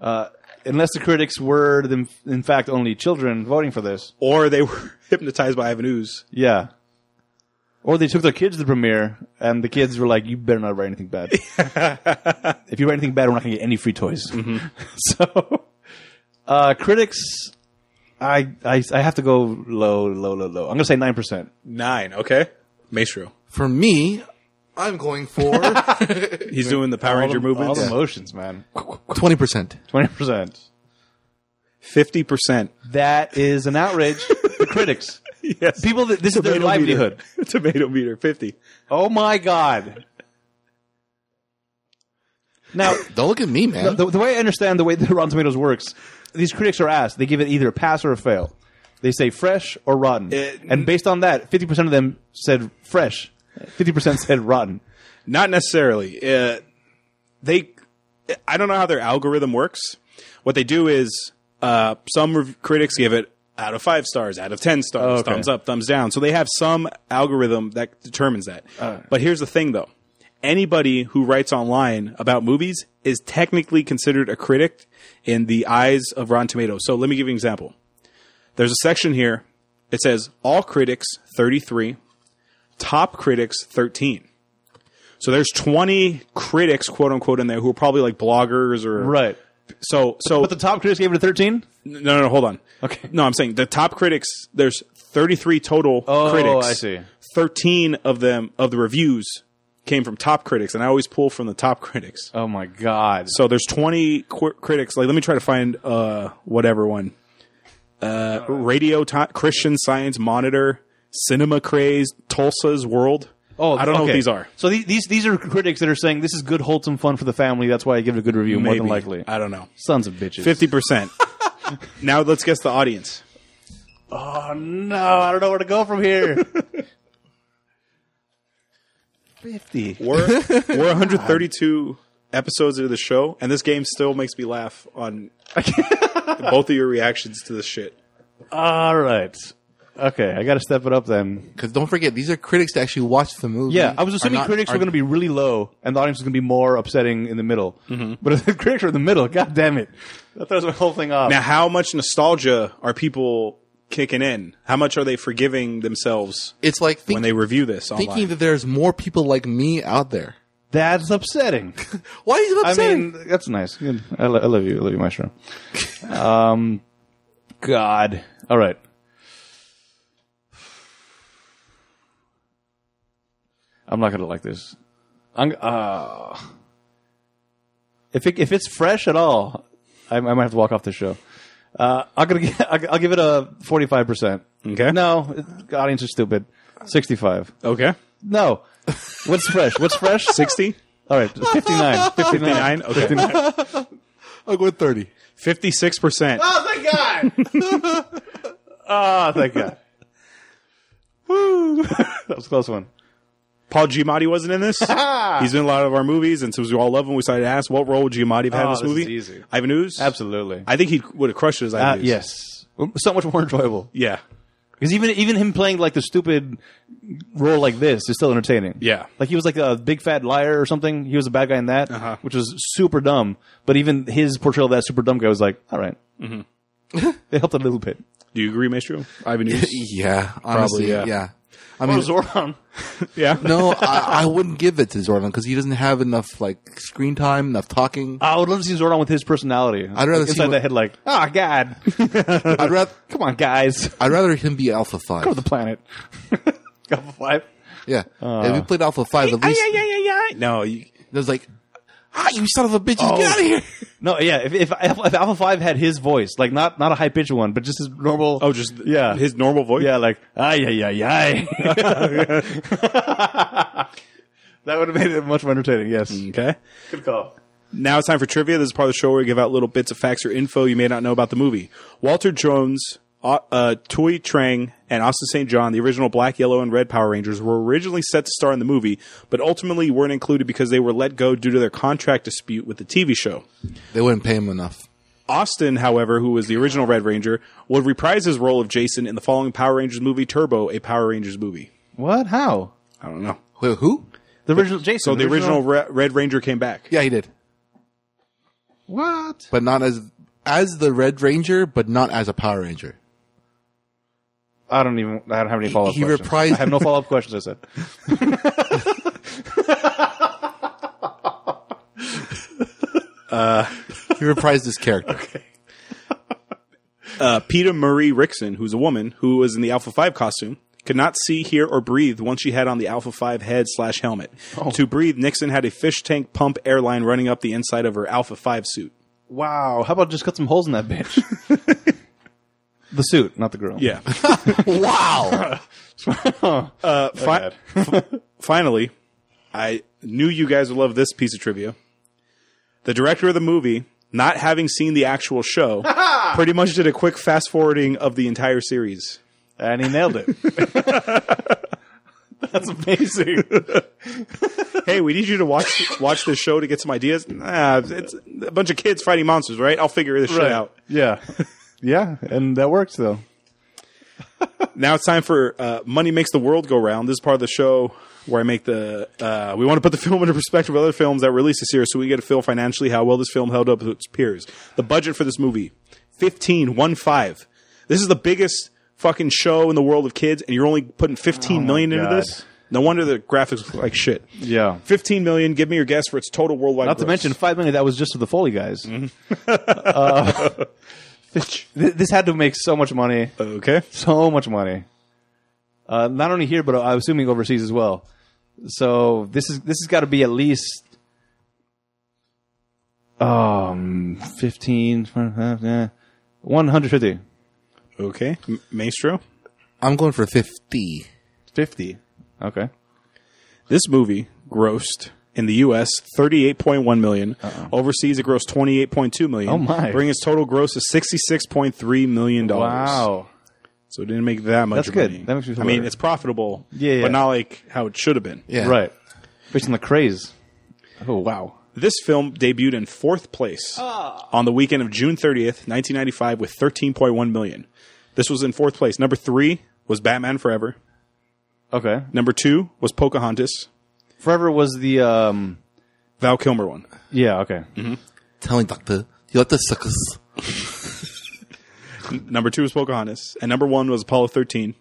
Speaker 3: Uh, unless the critics were, them- in fact, only children voting for this.
Speaker 1: Or they were hypnotized by Ivan Ooze.
Speaker 3: Yeah. Or they took their kids to the premiere, and the kids were like, "You better not write anything bad. if you write anything bad, we're not going to get any free toys." so, uh, critics, I, I I have to go low, low, low, low. I'm going to say nine percent.
Speaker 1: Nine. Okay, Maestro.
Speaker 2: for me, I'm going for
Speaker 1: He's doing the Power Ranger
Speaker 3: All
Speaker 1: movements.
Speaker 3: the motions, man.
Speaker 2: twenty percent.
Speaker 3: Twenty percent.
Speaker 1: Fifty percent.
Speaker 3: That is an outrage. the critics,
Speaker 1: Yes.
Speaker 3: people, that this is their livelihood.
Speaker 1: Meter. Tomato meter. Fifty.
Speaker 3: Oh my god! Now,
Speaker 2: Don't look at me, man.
Speaker 3: the, the way I understand the way that Rotten Tomatoes works, these critics are asked. They give it either a pass or a fail. They say fresh or rotten,
Speaker 1: It-
Speaker 3: and based on that, fifty percent of them said fresh. Fifty percent said rotten.
Speaker 1: Not necessarily. Uh, they, I don't know how their algorithm works. What they do is, uh, some rev- critics give it out of five stars, out of ten stars,
Speaker 3: Oh, Okay.
Speaker 1: thumbs up, thumbs down. So they have some algorithm that determines that. but here's the thing, though. Anybody who writes online about movies is technically considered a critic in the eyes of Rotten Tomatoes. So let me give you an example. There's a section here. It says all critics 33, top critics 13. So there's 20 critics, quote unquote, in there who are probably like bloggers or
Speaker 3: Right.
Speaker 1: So so
Speaker 3: But the top critics gave it a thirteen.
Speaker 1: no, no, no, hold on.
Speaker 3: Okay.
Speaker 1: No, I'm saying the top critics. There's 33 total
Speaker 3: Oh,
Speaker 1: critics.
Speaker 3: I see.
Speaker 1: 13 of them of the reviews came from top critics, and I always pull from the top critics.
Speaker 3: Oh my god!
Speaker 1: So there's 20 qu- critics. Like, let me try to find uh whatever one. Uh, radio Ti- Christian Science Monitor, Cinema Craze, Tulsa's World.
Speaker 3: Oh,
Speaker 1: I don't know what
Speaker 3: okay.
Speaker 1: these are.
Speaker 3: So the- these these are critics that are saying this is good, wholesome fun for the family. That's why I give it a good review. More than
Speaker 1: Maybe.
Speaker 3: likely,
Speaker 1: I don't know.
Speaker 3: sons of bitches.
Speaker 1: Fifty percent. now let's guess the audience.
Speaker 3: Oh no, I don't know where to go from here. Fifty.
Speaker 1: We're we're 132 episodes into the show, and this game still makes me laugh on both of your reactions to this shit.
Speaker 3: All right. Okay, I got to step it up then.
Speaker 2: Because don't forget, these are critics that actually watched the movie.
Speaker 3: Yeah, I was assuming
Speaker 2: Are not-
Speaker 3: critics
Speaker 2: are-
Speaker 3: were going to be really low, and the audience was going to be more upsetting in the middle. But if the critics were in the middle, god damn it, that throws my whole thing off.
Speaker 1: Now, how much nostalgia are people kicking in? How much are they forgiving themselves
Speaker 2: It's like think,
Speaker 1: when they review this online?
Speaker 2: thinking that there's more people like me out there.
Speaker 3: That's upsetting.
Speaker 2: Why is it
Speaker 3: I
Speaker 2: upsetting?
Speaker 3: mean, that's nice. Good. I, lo- I love you. I love you, Maestro. um, God. All right. I'm not gonna like this. I'm, uh, if it, if it's fresh at all, I, I might have to walk off the show. Uh, I'm gonna gi- I'll I'll give it a 45. percent
Speaker 1: Okay.
Speaker 3: No, it- the audience is stupid. 65.
Speaker 1: Okay.
Speaker 3: No. What's fresh? What's fresh?
Speaker 1: 60?
Speaker 3: All right, 59. 59.
Speaker 1: 59? Okay.
Speaker 2: I'll go with 30.
Speaker 1: 56%.
Speaker 3: Oh, thank God. oh, thank God. Woo. that was a close one.
Speaker 1: Paul Giamatti wasn't in this. He's in a lot of our movies, and since we all love him, we decided to ask what role would Giamatti have had in
Speaker 3: Oh,
Speaker 1: this
Speaker 3: this
Speaker 1: movie?
Speaker 3: is easy.
Speaker 1: Ivan Ooze?
Speaker 3: Absolutely.
Speaker 1: I think he would have crushed it as Ivan Ooze.
Speaker 3: uh, yes. So much more enjoyable.
Speaker 1: Yeah.
Speaker 3: Because even even him playing like the stupid role like this is still entertaining.
Speaker 1: Yeah.
Speaker 3: Like he was like a big fat liar or something. He was a bad guy in that,
Speaker 1: Uh-huh.
Speaker 3: which was super dumb. But even his portrayal of that super dumb guy was like, all right. it helped a little bit.
Speaker 1: Do you agree, Maestro? Ivan Ooze?
Speaker 2: Yeah, honestly,
Speaker 1: yeah.
Speaker 2: yeah. I mean,
Speaker 3: Zoran.
Speaker 1: yeah.
Speaker 2: no, I, I wouldn't give it to Zordon because he doesn't have enough like screen time, enough talking.
Speaker 3: I would love to see Zoran with his personality.
Speaker 2: I'd rather
Speaker 3: Like,
Speaker 2: see
Speaker 3: inside
Speaker 2: what-
Speaker 3: that head like, ah, God.
Speaker 2: I'd rather
Speaker 3: Come on, guys.
Speaker 2: I'd rather him be Alpha Five.
Speaker 3: the planet. Got the five.
Speaker 2: yeah, if he played Alpha Five, at least
Speaker 1: yeah, yeah, yeah, yeah. No, you,
Speaker 2: it was like, ah, you son of a bitch, get out of here.
Speaker 3: No, yeah. If, if if Alpha Five had his voice, like not not a high pitched one, but just his normal.
Speaker 1: oh, just
Speaker 3: yeah,
Speaker 1: his normal voice?
Speaker 3: yeah, like ay ay ay ay. that would have made it much more entertaining. Yes,
Speaker 1: Okay.
Speaker 3: good call.
Speaker 1: Now it's time for trivia. This is part of the show where we give out little bits of facts or info you may not know about the movie. Walter Jones, uh, uh, Tui Trang, and Austin St. John, the original black, yellow, and red Power Rangers, were originally set to star in the movie, but ultimately weren't included because they were let go due to their contract dispute with the TV show.
Speaker 2: They wouldn't pay him enough.
Speaker 1: Austin, however, who was the original Red Ranger, would reprise his role of Jason in the following Power Rangers movie, Turbo, a Power Rangers movie.
Speaker 3: What? How?
Speaker 1: I don't know.
Speaker 2: Who? who?
Speaker 3: The original Jason.
Speaker 1: So the original Re- Red Ranger came back.
Speaker 2: Yeah, he did,
Speaker 3: what?
Speaker 2: but not as as the Red Ranger, but not as a Power Ranger.
Speaker 3: I don't even. I don't have any follow up.
Speaker 2: he
Speaker 3: questions.
Speaker 2: reprised-
Speaker 3: I have no follow up questions. I said.
Speaker 2: He reprised his character.
Speaker 1: uh, Peter Marie Rickson, who's a woman who was in the Alpha 5 costume, could not see, hear, or breathe once she had on the Alpha 5 head slash helmet. To breathe, Nixon had a fish tank pump airline running up the inside of her Alpha 5 suit.
Speaker 3: Wow. How about just cut some holes in that bitch? the suit, not the girl.
Speaker 1: Yeah.
Speaker 2: wow,
Speaker 1: Fi- finally, I knew you guys would love this piece of trivia. The director of the movie, not having seen the actual show, pretty much did a quick fast forwarding of the entire series.
Speaker 3: And he nailed it. That's amazing.
Speaker 1: hey, we need you to watch watch this show to get some ideas. Nah, it's a bunch of kids fighting monsters, right? I'll figure this shit out.
Speaker 3: Yeah. Yeah. And that works, though.
Speaker 1: Now it's time for uh, Money Makes the World Go Round. This is part of the show where I make the. Uh, we want to put the film into perspective with other films that were released this year so we get a feel financially how well this film held up to its peers. The budget for this movie 15, 1 5. This is the biggest fucking show in the world of kids, and you're only putting fifteen million into
Speaker 3: Oh God.
Speaker 1: this? No wonder the graphics look like shit.
Speaker 3: Yeah.
Speaker 1: 15 million, give me your guess for its total worldwide
Speaker 3: Not to
Speaker 1: gross.
Speaker 3: mention, five million, that was just for the Foley guys. Uh, th- this had to make so much money.
Speaker 1: Okay.
Speaker 3: So much money. Uh, not only here, but I'm assuming overseas as well. So this is this has got to be at least um 15 eh, 150
Speaker 1: Okay. M- Maestro?
Speaker 2: I'm going for fifty.
Speaker 3: 50 okay
Speaker 1: This movie grossed in the U.S. 38.1 million. Overseas, it grossed 28.2 million.
Speaker 3: Uh-uh. Oh, my.
Speaker 1: Bringing its total gross to 66.3 million dollars. So it didn't make that much.
Speaker 3: That's good.
Speaker 1: money.
Speaker 3: That makes me feel
Speaker 1: I mean,
Speaker 3: better.
Speaker 1: it's profitable.
Speaker 3: Yeah, yeah.
Speaker 1: But not like how it should have been.
Speaker 2: Yeah,
Speaker 3: Right. Based on the craze. Oh, wow.
Speaker 1: This film debuted in fourth place on the weekend of June 30th, 1995, with 13.1 million. This was in fourth place. Number three was Batman Forever.
Speaker 3: Okay.
Speaker 1: Number two was Pocahontas.
Speaker 3: Forever was the, um,
Speaker 1: Val Kilmer one.
Speaker 3: yeah, okay.
Speaker 2: Tell me, Doctor, you like the suckers?
Speaker 1: Number two was Pocahontas, and number one was Apollo 13.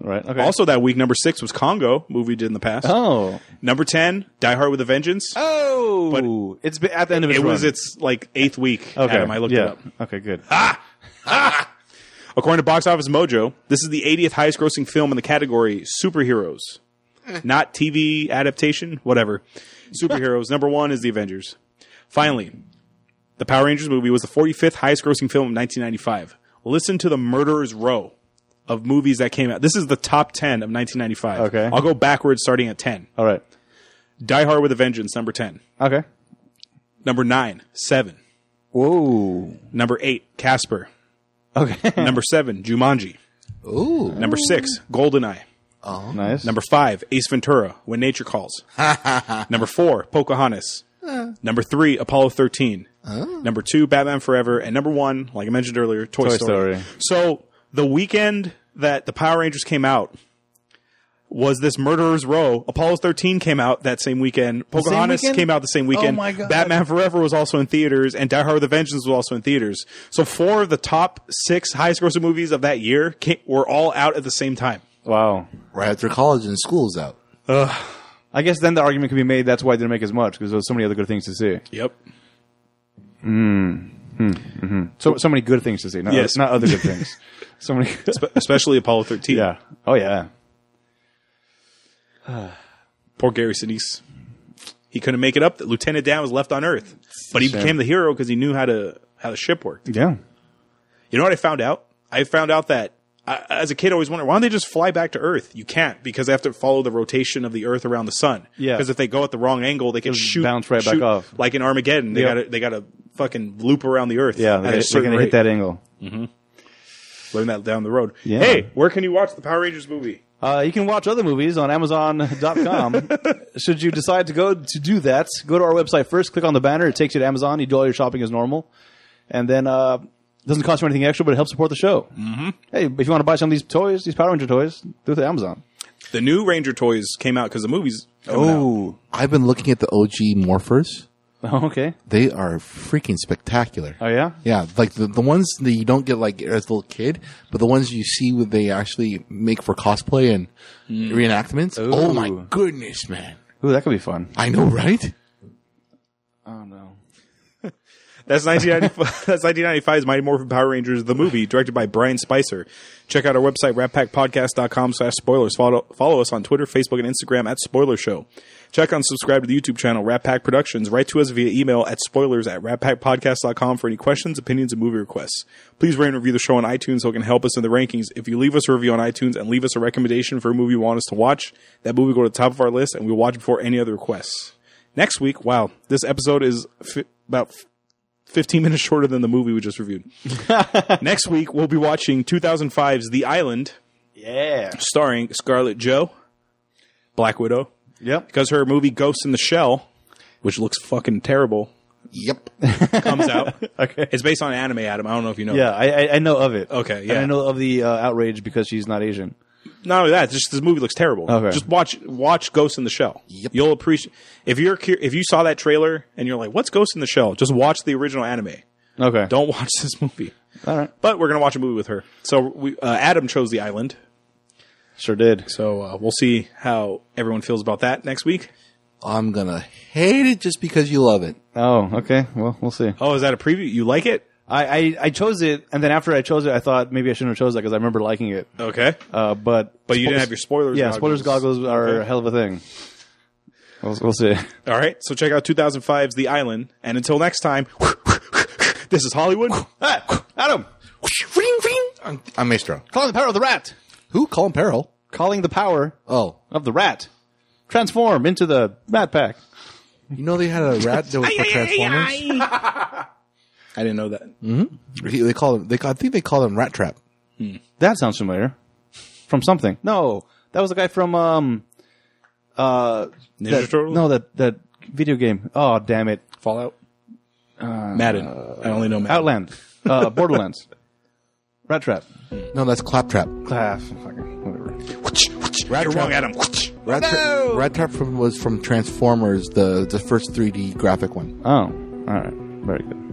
Speaker 3: Right. Okay.
Speaker 1: Also, that week number six was Congo movie we did in the past.
Speaker 3: oh,
Speaker 1: Number ten, Die Hard with a Vengeance.
Speaker 3: oh, but it's been at the end of its
Speaker 1: it was
Speaker 3: run.
Speaker 1: its like eighth week.
Speaker 3: Okay,
Speaker 1: Adam, I looked
Speaker 3: yeah.
Speaker 1: it up.
Speaker 3: Okay, good.
Speaker 1: According to Box Office Mojo, this is the 80th highest grossing film in the category superheroes. Not TV adaptation, whatever. Superheroes. Number one is The Avengers. Finally, the Power Rangers movie was the 45th highest grossing film of 1995. Listen to the murderer's row of movies that came out. This is the top 10 of 1995.
Speaker 3: Okay.
Speaker 1: I'll go backwards starting at 10.
Speaker 3: All right.
Speaker 1: Die Hard with a Vengeance, number 10.
Speaker 3: Okay.
Speaker 1: Number 9, 7.
Speaker 3: Whoa.
Speaker 1: Number 8, Casper.
Speaker 3: Okay.
Speaker 1: Number 7, Jumanji.
Speaker 2: Ooh.
Speaker 1: Number 6, Goldeneye.
Speaker 3: nice.
Speaker 1: Number five, Ace Ventura, When Nature Calls. Number four, Pocahontas. Number three, Apollo 13. Number two, Batman Forever. And number one, like I mentioned earlier, Toy,
Speaker 3: Toy
Speaker 1: Story.
Speaker 3: Story.
Speaker 1: So the weekend that the Power Rangers came out was this Murderer's Row. Apollo 13 came out that same weekend. Oh Pocahontas
Speaker 3: weekend?
Speaker 1: came out the same weekend.
Speaker 2: my God.
Speaker 1: Batman Forever was also in theaters, and Die Hard with a Vengeance was also in theaters. So four of the top six highest grossing movies of that year came, were all out at the same time.
Speaker 3: Wow.
Speaker 2: Right after college and school's out.
Speaker 3: I guess then the argument could be made that's why they didn't make as much because there was so many other good things to see.
Speaker 1: Yep.
Speaker 3: So so many good things to see. Not,
Speaker 1: Yes.
Speaker 3: Not other good things. so many.
Speaker 1: especially Apollo 13.
Speaker 3: yeah. Oh yeah.
Speaker 1: Poor Gary Sinise. He couldn't make it up. that Lieutenant Dan was left on Earth, but he
Speaker 3: Sure.
Speaker 1: became the hero because he knew how to how the ship worked.
Speaker 3: Yeah.
Speaker 1: You know what I found out? I found out that I, as a kid, I always wondered why don't they just fly back to Earth? You can't because they have to follow the rotation of the Earth around the sun.
Speaker 3: Yeah.
Speaker 1: Because if they go at the wrong angle, they can shoot
Speaker 3: bounce right back
Speaker 1: shoot-
Speaker 3: off.
Speaker 1: like in Armageddon. They
Speaker 3: Yep.
Speaker 1: got to they got to fucking loop around the Earth. at
Speaker 3: Yeah. They're,
Speaker 1: a
Speaker 3: gonna- they're
Speaker 1: certain
Speaker 3: gonna
Speaker 1: rate.
Speaker 3: hit that angle.
Speaker 1: Learn that down the road.
Speaker 3: Yeah.
Speaker 1: Hey, where can you watch the Power Rangers movie?
Speaker 3: Uh, you can watch other movies on Amazon.com. Should you decide to go to do that, go to our website first, click on the banner. It takes you to Amazon. You do all your shopping as normal. And then uh, it doesn't cost you anything extra, but it helps support the show. Mm-hmm. Hey, if you want to buy some of these toys, these Power Ranger toys, do it through Amazon.
Speaker 1: The new Ranger toys came out because the movies. coming out.
Speaker 2: I've been looking at the OG morphers.
Speaker 3: Oh, okay.
Speaker 2: They are freaking spectacular.
Speaker 3: Oh, yeah?
Speaker 2: Yeah, like the, the ones that you don't get like as a little kid, but the ones you see when they actually make for cosplay and reenactments. Oh my
Speaker 3: Mm. Ooh.
Speaker 2: goodness, man!
Speaker 3: Ooh, that could be fun.
Speaker 2: I know, right?
Speaker 3: Oh, no.
Speaker 1: That's 1995. that's 1995's Mighty Morphin Power Rangers, the movie, directed by Brian Spicer. Check out our website, ratpackpodcast.com slash spoilers. Follow, follow us on Twitter, Facebook, and Instagram at Spoiler Show. Check out and subscribe to the YouTube channel, Rat Pack Productions. Write to us via email at spoilers at ratpackpodcast.com for any questions, opinions, and movie requests. Please rate and review the show on iTunes so it can help us in the rankings. If you leave us a review on iTunes and leave us a recommendation for a movie you want us to watch, that movie will go to the top of our list and we'll watch it before any other requests. Next week, wow, this episode is fi- about 15 minutes shorter than the movie we just reviewed. Next week, we'll be watching 2005's The Island,
Speaker 3: Yeah.
Speaker 1: starring Scarlett Joe, Black Widow,
Speaker 3: Yep.
Speaker 1: because her movie Ghost in the Shell, which looks fucking terrible,
Speaker 2: Yep.
Speaker 1: comes out.
Speaker 3: Okay.
Speaker 1: It's based on an anime, Adam. I don't know if you know.
Speaker 3: Yeah, I, I, I know of it.
Speaker 1: Okay,
Speaker 3: And
Speaker 1: yeah.
Speaker 3: I know of the uh, outrage because she's not Asian.
Speaker 1: Not only that, it's just this movie looks terrible.
Speaker 3: Okay.
Speaker 1: Just watch watch Ghost in the Shell.
Speaker 2: Yep.
Speaker 1: You'll appreciate if you're cur- if you saw that trailer and you're like, "What's Ghost in the Shell?" Just watch the original anime.
Speaker 3: Okay.
Speaker 1: Don't watch this movie.
Speaker 3: All right.
Speaker 1: But we're gonna watch a movie with her. So we, uh, Adam chose The Island.
Speaker 3: Sure did.
Speaker 1: So uh, we'll see how everyone feels about that next week.
Speaker 2: I'm gonna hate it just because you love it.
Speaker 3: Oh, okay. Well, we'll see.
Speaker 1: Oh, is that a preview? You like it?
Speaker 3: I, I, I chose it, and then after I chose it, I thought maybe I shouldn't have chose that because I remember liking it.
Speaker 1: Okay.
Speaker 3: Uh, but
Speaker 1: But you didn't have your spoilers
Speaker 3: Yeah,
Speaker 1: goggles.
Speaker 3: spoilers goggles are a hell of a thing. We'll, we'll see.
Speaker 1: All right. So check out 2005's The Island. And until next time, this is Hollywood.
Speaker 3: Ah, Adam,
Speaker 2: Ring, ring. I'm, I'm Maestro.
Speaker 3: calling the power of the rat.
Speaker 2: Who? Colin Peril.
Speaker 3: Calling the power
Speaker 2: Oh,
Speaker 3: of the rat. Transform into the rat pack.
Speaker 2: you know they had a rat that was for Transformers.
Speaker 1: I didn't know that.
Speaker 3: Mm.
Speaker 2: He- They call them. They call, I think they call them Rat Trap.
Speaker 3: That sounds familiar. From something. No, that was the guy from um, uh,
Speaker 1: Ninja
Speaker 3: that-
Speaker 1: Turtles?
Speaker 3: no, that that video game. Oh, damn it,
Speaker 1: Fallout. Madden. I only know Madden.
Speaker 3: Outland, uh, Borderlands, Rat Trap,
Speaker 2: No, that's Claptrap.
Speaker 3: Class, Ah, fucking whatever.
Speaker 2: Rat
Speaker 1: You're
Speaker 2: Trap.
Speaker 1: wrong, Adam.
Speaker 2: Rat, Trap Rat Trap from, was from Transformers, the the first 3D graphic one.
Speaker 3: Oh, all right, very good.